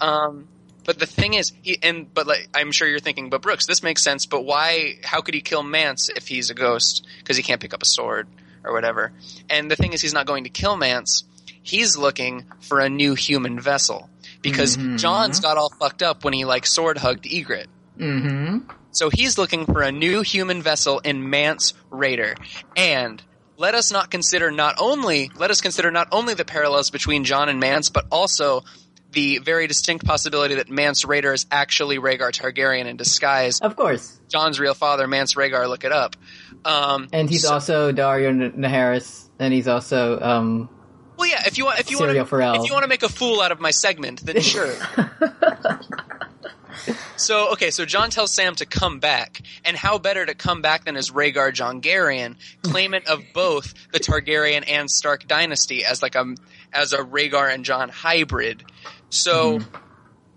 S4: Um, but the thing is, he and but like I'm sure you're thinking, but Brooks, this makes sense. But why? How could he kill Mance if he's a ghost? Because he can't pick up a sword or whatever. And the thing is, he's not going to kill Mance. He's looking for a new human vessel because John's got all fucked up when he like sword hugged Egret.
S2: hmm
S4: So he's looking for a new human vessel in Mance Raider. And let us not consider not only let us consider not only the parallels between John and Mance, but also the very distinct possibility that Mance Raider is actually Rhaegar Targaryen in disguise.
S2: Of course.
S4: John's real father, Mance Rhaegar, look it up. Um,
S2: And he's
S4: so-
S2: also Dario N- Naharis, and he's also um
S4: well, yeah. If you want, if you want,
S2: Serial Pharrell.
S4: if you want to make a fool out of my segment, then sure. so okay, so John tells Sam to come back, and how better to come back than as Rhaegar Jongarian, claimant of both the Targaryen and Stark dynasty, as like a as a Rhaegar and John hybrid. So.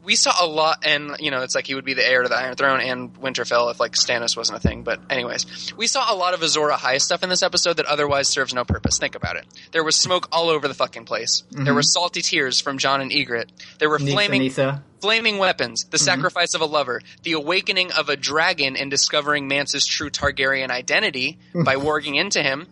S4: We saw a lot, and you know, it's like he would be the heir to the Iron Throne and Winterfell if like Stannis wasn't a thing. But anyways, we saw a lot of Azora High stuff in this episode that otherwise serves no purpose. Think about it. There was smoke all over the fucking place. There were salty tears from John and Egret. There were
S2: Nisa
S4: flaming
S2: Nisa.
S4: Flaming weapons, the sacrifice of a lover, the awakening of a dragon and discovering Mance's true Targaryen identity by warging into him,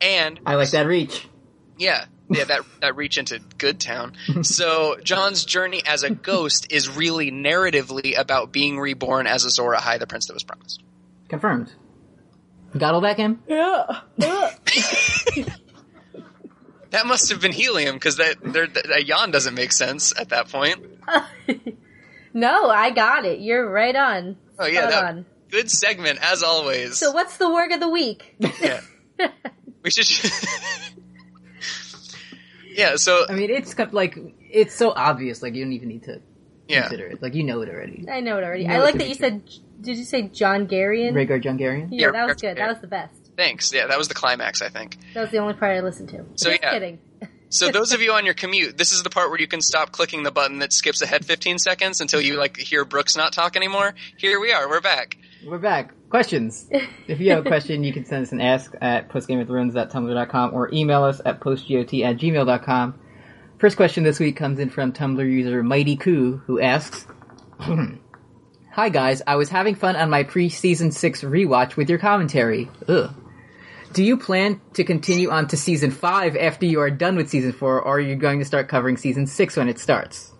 S4: and
S2: I like that reach.
S4: yeah, yeah, that that reach into Good Town. So John's journey as a ghost is really narratively about being reborn as Azora High, the prince that was promised.
S2: Confirmed. Got all that, Kim?
S4: That must have been helium because that there, that yawn doesn't make sense at that point.
S5: No, I got it. You're right on.
S4: Oh yeah,
S5: Spot
S4: that,
S5: on.
S4: good segment as always.
S5: So what's the word of the week?
S4: yeah. We should. yeah. So
S2: I mean, it's kind of like it's so obvious. Like you don't even need to
S4: yeah.
S2: consider it. Like you know it already.
S5: I know it already.
S2: No,
S5: I like
S2: it
S5: that you
S2: could
S5: said. Did you say John Garion?
S2: Rhaegar Jungarian.
S5: yeah,
S4: Yeah,
S5: that was
S4: Rhaegar
S5: good.
S4: Targaryen.
S5: That was the best.
S4: Thanks. Yeah, that was the climax, I think.
S5: That was the only part I listened to.
S4: So,
S5: Just
S4: yeah.
S5: kidding.
S4: So those of you on your commute, this is the part where you can stop clicking the button that skips ahead 15 seconds until you like hear Brooks not talk anymore. Here we are. We're back.
S2: We're back. Questions. if you have a question, you can send us an ask at postgameofthrones.tumblr.com or email us at postgot at gmail.com. First question this week comes in from Tumblr user Mighty Koo, who asks, Hi guys, I was having fun on my pre-season six rewatch with your commentary. Ugh. Do you plan to continue on to season five after you are done with season four, or are you going to start covering season six when it starts?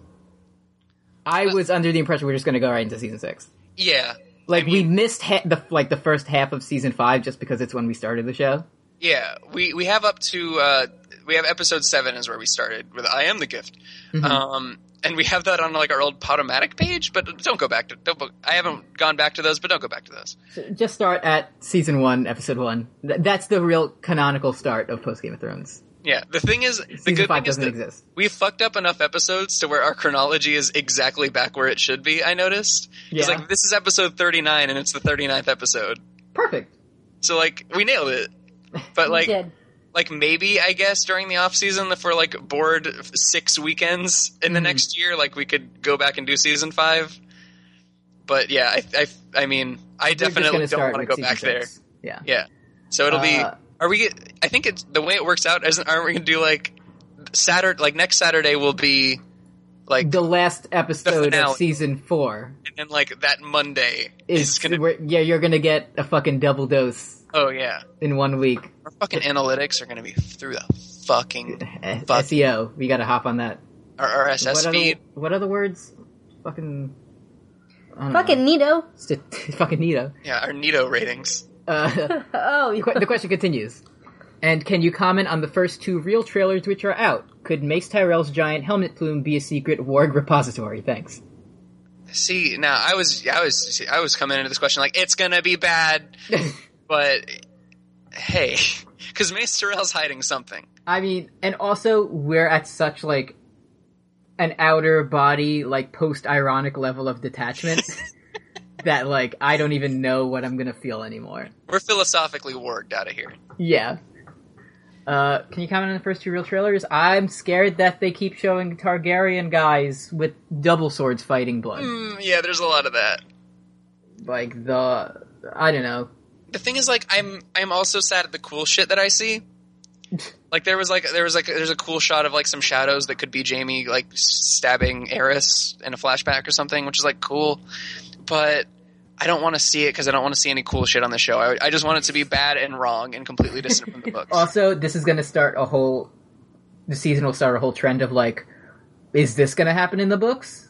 S2: I was under the impression we are just going to go right into season six.
S4: Yeah.
S2: Like
S4: I mean-
S2: we missed ha- the like the first half of season five just because it's when we started the show.
S4: Yeah, we we have up to uh, we have episode seven is where we started with I am the gift,
S2: Mm-hmm.
S4: um, and we have that on like our old Podomatic page. But don't go back to don't. go- I haven't gone back to those, but don't go back to those.
S2: Just start at season one, episode one. Th- that's the real canonical start of post Game of Thrones.
S4: Yeah, the thing is, the
S2: Season
S4: good
S2: five
S4: thing is
S2: doesn't
S4: that
S2: exist.
S4: we fucked up enough episodes to where our chronology is exactly back where it should be. I noticed
S2: Yeah.
S4: because like this is episode thirty nine, and it's the 39th episode.
S2: Perfect.
S4: So like we nailed it. But
S5: You
S4: like
S5: did.
S4: like maybe I guess during the off season if we're like bored f- six weekends in the
S2: Mhm.
S4: next year, like we could go back and do season five. But yeah, I I, I mean I
S2: We're just
S4: definitely
S2: gonna
S4: don't
S2: start
S4: want to
S2: with
S4: go
S2: season
S4: back there.
S2: six. Yeah.
S4: Yeah, so it'll be.
S2: Uh,
S4: Are we? get- I think it's the way it works out. Isn't aren't we gonna do like Saturday? Like next Saturday will be like
S2: The last episode
S4: finale.
S2: of season four
S4: and then like that Monday is,
S2: is
S4: gonna.
S2: where- yeah, you're gonna get a fucking double dose
S4: Oh yeah,
S2: in one week.
S4: our fucking analytics are gonna be through the fucking
S2: Eh,
S4: Fuck.
S2: SEO, we gotta hop on that.
S4: our
S2: what
S4: RSS feed.
S2: other what other words? Fucking I don't
S5: Fucking
S2: know.
S5: Nito.
S2: St- fucking neato.
S4: Yeah, our Nito ratings.
S2: Uh,
S5: Oh, you-
S2: the question continues. And can you comment on the first two real trailers which are out? Could Mace Tyrell's giant helmet plume be a secret Warg repository? Thanks.
S4: See, now I was, I was, see, I was coming into this question like it's gonna be bad, but hey, because Mace Tyrell's hiding something.
S2: I mean, and also we're at such like an outer body, like post ironic level of detachment that like I don't even know what I'm gonna feel anymore.
S4: We're philosophically warged out of here.
S2: Yeah. Uh, can you comment on the first two real trailers? I'm scared that they keep showing Targaryen guys with double swords fighting blood.
S4: Mm, yeah, there's a lot of that.
S2: Like the, I don't know.
S4: The thing is, like, I'm, I'm also sad at the cool shit that I see. Like there was like there was like there's a cool shot of like some shadows that could be Jamie like stabbing Eris in a flashback or something, which is like cool, but I don't want to see it because I don't want to see any cool shit on the show. I, I just want it to be bad and wrong and completely distant from the books.
S2: Also, this is going to start a whole. The season will start a whole trend of like, is this going to happen in the books?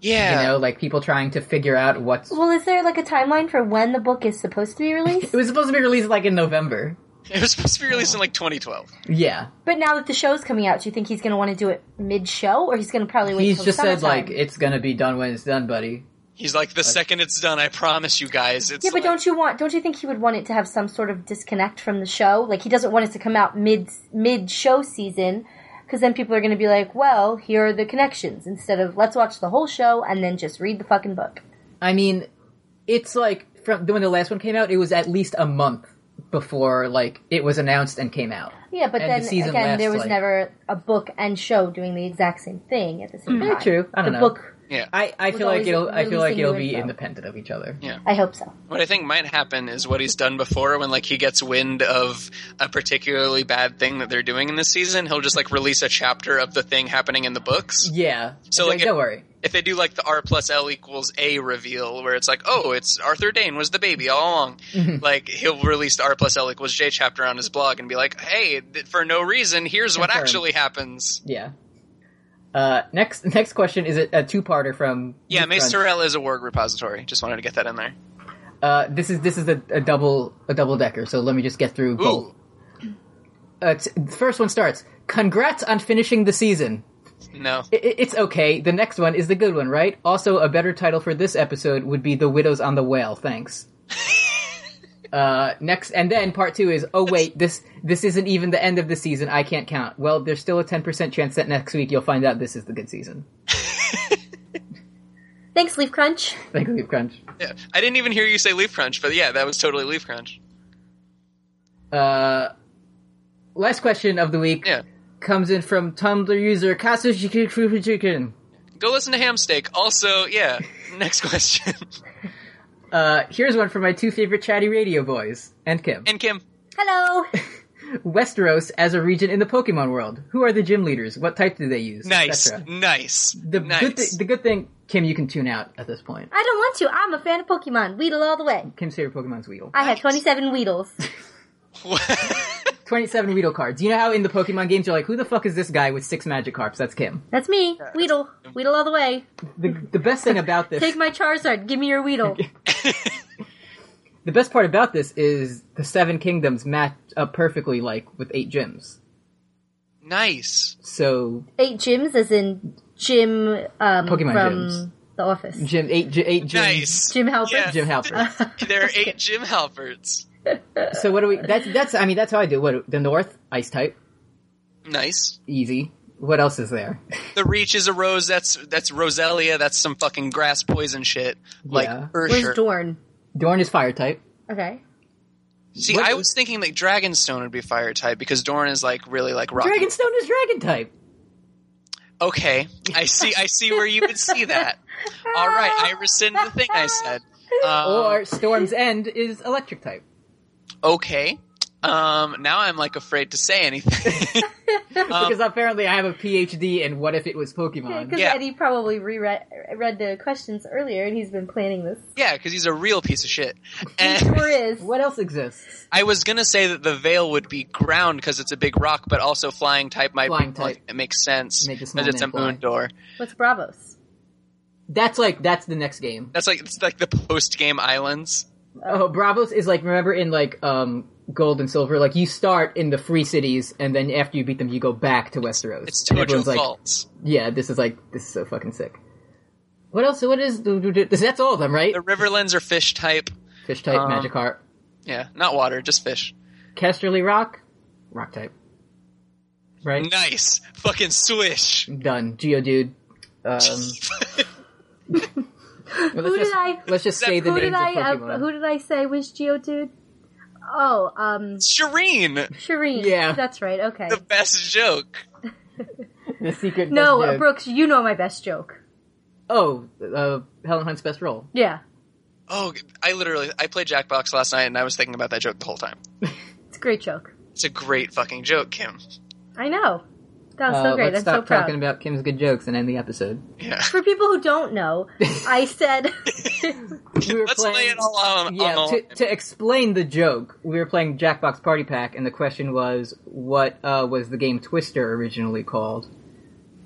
S4: yeah,
S2: You know, like people trying to figure out what's.
S5: well, is there like a timeline for when the book is supposed to be released?
S2: It was supposed to be released like in November.
S4: It was supposed to be released in like 2012.
S2: Yeah,
S5: but now that the show's coming out, do you think he's going to want to do it mid-show, or he's going to probably wait?
S2: he's
S5: till
S2: just said
S5: summertime?
S2: like it's going to be done when it's done, buddy.
S4: He's like, the second it's done, I promise you guys. It's
S5: Yeah, but
S4: like-
S5: don't you want? Don't you think he would want it to have some sort of disconnect from the show? Like he doesn't want it to come out mid mid show season, because then people are going to be like, "Well, here are the connections." Instead of let's watch the whole show and then just read the fucking book.
S2: I mean, it's like from when the last one came out, it was at least a month before like it was announced and came out.
S5: Yeah, but
S2: And the
S5: then
S2: season
S5: again,
S2: lasts,
S5: there was
S2: like-
S5: never a book and show doing the exact same thing at the same time.
S2: Mm, true. I don't
S5: the
S2: know.
S5: book.
S4: Yeah.
S2: I, I
S5: With
S2: feel like
S5: always
S2: it'll I feel like
S5: releasing
S2: it'll
S5: new
S2: be
S5: info.
S2: independent of each other.
S5: I hope so.
S4: What I think might happen is what he's done before when like he gets wind of a particularly bad thing that they're doing in this season, he'll just like release a chapter of the thing happening in the books.
S2: Yeah.
S4: So, like,
S2: don't
S4: it-
S2: worry.
S4: If they do like the R plus L equals A reveal where it's like, oh, it's Arthur Dane was the baby all along.
S2: Mm-hmm.
S4: Like he'll release the R plus L equals J chapter on his blog and be like, hey, th- for no reason, here's what
S2: Confirmed.
S4: actually happens.
S2: Yeah. Uh, next next question is a, a two parter from
S4: Yeah, Mace
S2: Crunch.
S4: Tyrell is a worg repository. Just wanted to get that in there.
S2: Uh, this is this is a, a double a double decker. So let me just get through both.
S4: Ooh.
S2: Uh, t- the first one starts. Congrats on finishing the season.
S4: No.
S2: I- I- it's okay. The next one is the good one, right? Also, a better title for this episode would be "The Widows on the Whale." Thanks. uh, next, and then part two is. Oh wait, this this isn't even the end of the season. I can't count. Well, there's still a ten percent chance that next week you'll find out this is the good season.
S5: Thanks, Leaf Crunch.
S2: Thank you, Crunch.
S4: Yeah. I didn't even hear you say leaf crunch, but yeah, that was totally leaf crunch.
S2: Uh, last question of the week
S4: Yeah.
S2: comes in from Tumblr user Kasushikufujikin.
S4: Go listen to ham steak. Also, yeah. Next question.
S2: Uh, here's one for my two favorite chatty radio boys and Kim.
S4: and Kim.
S5: Hello.
S2: Westeros as a region in the Pokemon world. Who are the gym leaders? What type do they use?
S4: Nice,
S2: Etc.
S4: nice,
S2: The
S4: nice.
S2: good thi- the good thing, Kim, you can tune out at this point.
S5: I don't want to. I'm a fan of Pokemon. Weedle all the way.
S2: Kim's favorite Pokemon's Weedle.
S5: I had 27 Weedles.
S2: Twenty-seven Weedle cards. You know how in the Pokemon games you're like, who the fuck is this guy with six Magikarps? That's Kim.
S5: That's me. Weedle. Weedle all the way.
S2: The the best thing about this
S5: Take my Charizard. Give me your Weedle.
S2: the best part about this is the seven kingdoms match up perfectly like with eight gyms.
S4: nice.
S2: So
S5: Eight gyms, as in Jim um,
S2: Pokemon
S5: from
S2: gyms.
S5: The Office.
S2: gym eight gy- eight gyms.
S4: Nice.
S5: Jim Halpert.
S4: Yeah.
S2: Jim Halpert.
S4: There are eight Jim Halperts.
S2: so what do we? That's that's. I mean, that's how I do. What the North Ice type,
S4: Nice.
S2: easy. What else is there?
S4: The reach is a rose. That's that's Roselia. That's some fucking grass poison shit. Like
S2: Yeah.
S4: for
S5: Where's
S4: sure.
S5: Dorn?
S2: Dorn is fire type.
S5: Okay.
S4: See,
S2: What-
S4: I was thinking like Dragonstone would be fire type because Doran is like really like rock.
S2: Dragonstone is dragon type.
S4: Okay, I see. I see where you would see that. All right, I rescind the thing I said. Um,
S2: or Storm's End is electric type.
S4: okay. Um, now I'm like afraid to say anything. Uh,
S2: because apparently I have a PhD in what if it was Pokemon.
S5: Because
S4: Yeah.
S5: Eddie probably reread read the questions earlier, and he's been planning this.
S4: yeah, because he's a real piece of shit.
S5: He
S4: And
S5: sure is.
S2: What else exists?
S4: I was gonna say that the veil would be ground because it's a big rock, but also flying type might
S2: Flying
S4: be one
S2: type.
S4: that makes sense
S2: Make a
S4: because
S2: small
S4: it's a
S2: man fly.
S4: moon door.
S5: What's Bravos?
S2: That's like that's the next game.
S4: That's like it's like the post game islands.
S2: Oh, Bravos is like remember in like um Gold and Silver, like you start in the free cities, and then after you beat them, you go back to Westeros.
S4: It's
S2: And
S4: Tojo
S2: everyone's like,
S4: Faults.
S2: yeah, this is like this is so fucking sick. What else? What is this? That's all of them, right?
S4: The Riverlands are fish type.
S2: Fish type,
S4: um,
S2: Magikarp,
S4: Yeah, not water, just fish.
S2: Casterly Rock, Rock type, right?
S4: Nice. Fucking swish.
S2: Done. Geodude. Um, well,
S5: Who
S2: let's
S5: did
S2: just,
S5: I-
S2: Let's just say the
S5: Who did
S2: names
S5: I?
S2: of Pokemon.
S5: Uh, who did I say was Geodude? Oh, um,
S4: Shireen.
S5: Shireen.
S2: Yeah.
S5: that's right. Okay.
S4: The best joke.
S2: the secret.
S5: no, uh,
S2: the-
S5: Brooks, you know my best joke.
S2: Oh, uh, Helen Hunt's best role.
S5: Yeah,
S4: Oh, I literally I played Jackbox last night and I was thinking about that joke the whole time.
S5: it's a great joke.
S4: It's a great fucking joke, Kim.
S5: I know. That was
S2: Uh,
S5: Oh, so great.
S2: Let's
S5: I'm
S2: stop
S5: so proud.
S2: talking about Kim's good jokes and end the episode.
S4: Yeah.
S5: For people who don't know, I said
S2: We were
S4: Let's lay it all on,
S2: Yeah,
S4: on
S2: to,
S4: the
S2: to explain the joke, we were playing Jackbox Party Pack, and the question was, what uh, was the game Twister originally called?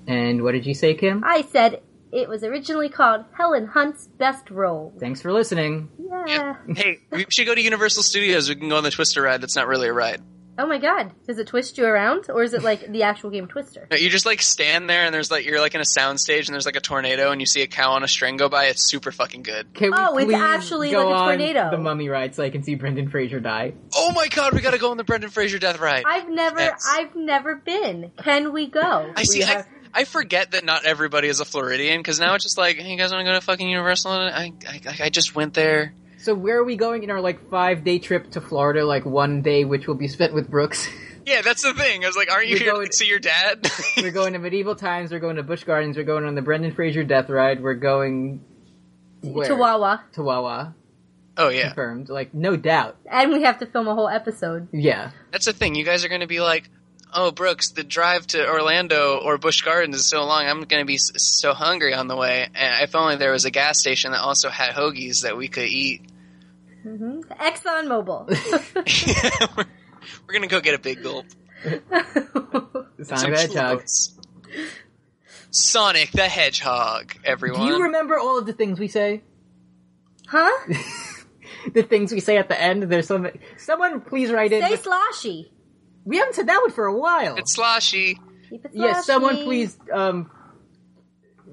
S2: And what did you say, Kim?
S5: I said it was originally called Helen Hunt's Best Role.
S2: Thanks for listening.
S5: Yeah.
S4: Yeah. Hey, we should go to Universal Studios. We can go on the Twister ride. That's not really a ride.
S5: Oh my god. Does it twist you around? Or is it like the actual game Twister?
S4: No, you just like stand there and there's like you're like in a soundstage and there's like a tornado and you see a cow on a string go by. It's super fucking good.
S2: Can we
S5: Oh, it's
S2: please
S5: actually
S2: go
S5: like a
S2: on
S5: tornado.
S2: The mummy ride, so I can see Brendan Fraser die.
S4: Oh my god, we gotta go on the Brendan Fraser death ride.
S5: I've never
S4: Yes.
S5: I've never been. Can we go?
S4: I see.
S5: We
S4: I,
S5: have-
S4: I forget that not everybody is a Floridian because now it's just like, hey, you guys want to go to fucking Universal? I, I I just went there.
S2: So where are we going in our like five day trip to Florida? Like one day, which will be spent with Brooks.
S4: Yeah, that's the thing. I was like, aren't you
S2: You're
S4: here
S2: going-
S4: to see your dad?
S2: we're going to medieval times. We're going to Busch Gardens. We're going on the Brendan Fraser death ride. We're going where?
S5: Chihuahua.
S2: To Wawa.
S4: oh yeah,
S2: Confirmed. Like no doubt.
S5: And we have to film a whole episode.
S2: Yeah.
S4: that's the thing. You guys are going to be like, oh Brooks, the drive to Orlando or Busch Gardens is so long. I'm going to be s- so hungry on the way. And if only there was a gas station that also had hoagies that we could eat.
S5: Exxon Mobil.
S4: we're going to go get a big gulp.
S2: Sonic the Hedgehog.
S4: churros. Sonic the Hedgehog,
S2: Do
S4: everyone.
S2: you remember all of the things we say?
S5: huh?
S2: The things we say at the end. There's some. Someone please write in.
S5: Say
S2: with-
S5: sloshy.
S2: we haven't said that one for a while.
S4: It's sloshy.
S5: Keep it sloshy.
S2: yeah. Someone please. Um.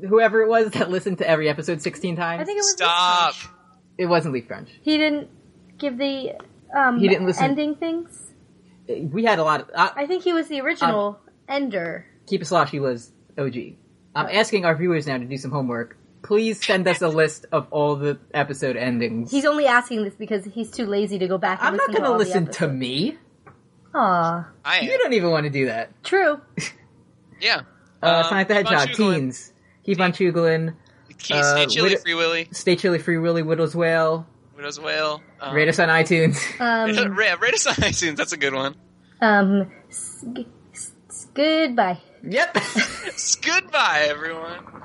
S2: Whoever it was that listened to every episode 16 times.
S5: I think it was
S4: Stop.
S5: Leaf Punch.
S2: it wasn't Lee French.
S5: He didn't give the um
S2: He didn't listen.
S5: ending things.
S2: We had a lot. Of, uh,
S5: I think he was the original
S2: Um,
S5: ender.
S2: Keep It Sloshy was OG. I'm asking our viewers now to do some homework. Please send us a list of all the episode endings.
S5: He's only asking this because he's too lazy to go back and
S2: I'm not going
S5: listen to
S2: to
S5: all
S2: listen
S5: the
S2: to
S5: episodes.
S2: me.
S5: Aw,
S4: I am.
S2: You don't even want to do that.
S5: true.
S4: Yeah.
S2: Uh,
S4: Um,
S2: Sonic the
S4: keep on
S2: Hedgehog,
S4: chuggling.
S2: Teens, Keep on Chuglin,
S4: Key,
S2: Uh,
S4: stay chilly,
S2: wait-
S4: Free Willy,
S2: Stay Chilly Free Willy, Whittles Whale,
S4: Widow's Whale. Um,
S2: rate us on iTunes.
S5: Um,
S4: yeah, rate us on iTunes. That's a good one.
S5: Um, s- s- goodbye.
S2: Yep.
S4: It's goodbye, everyone.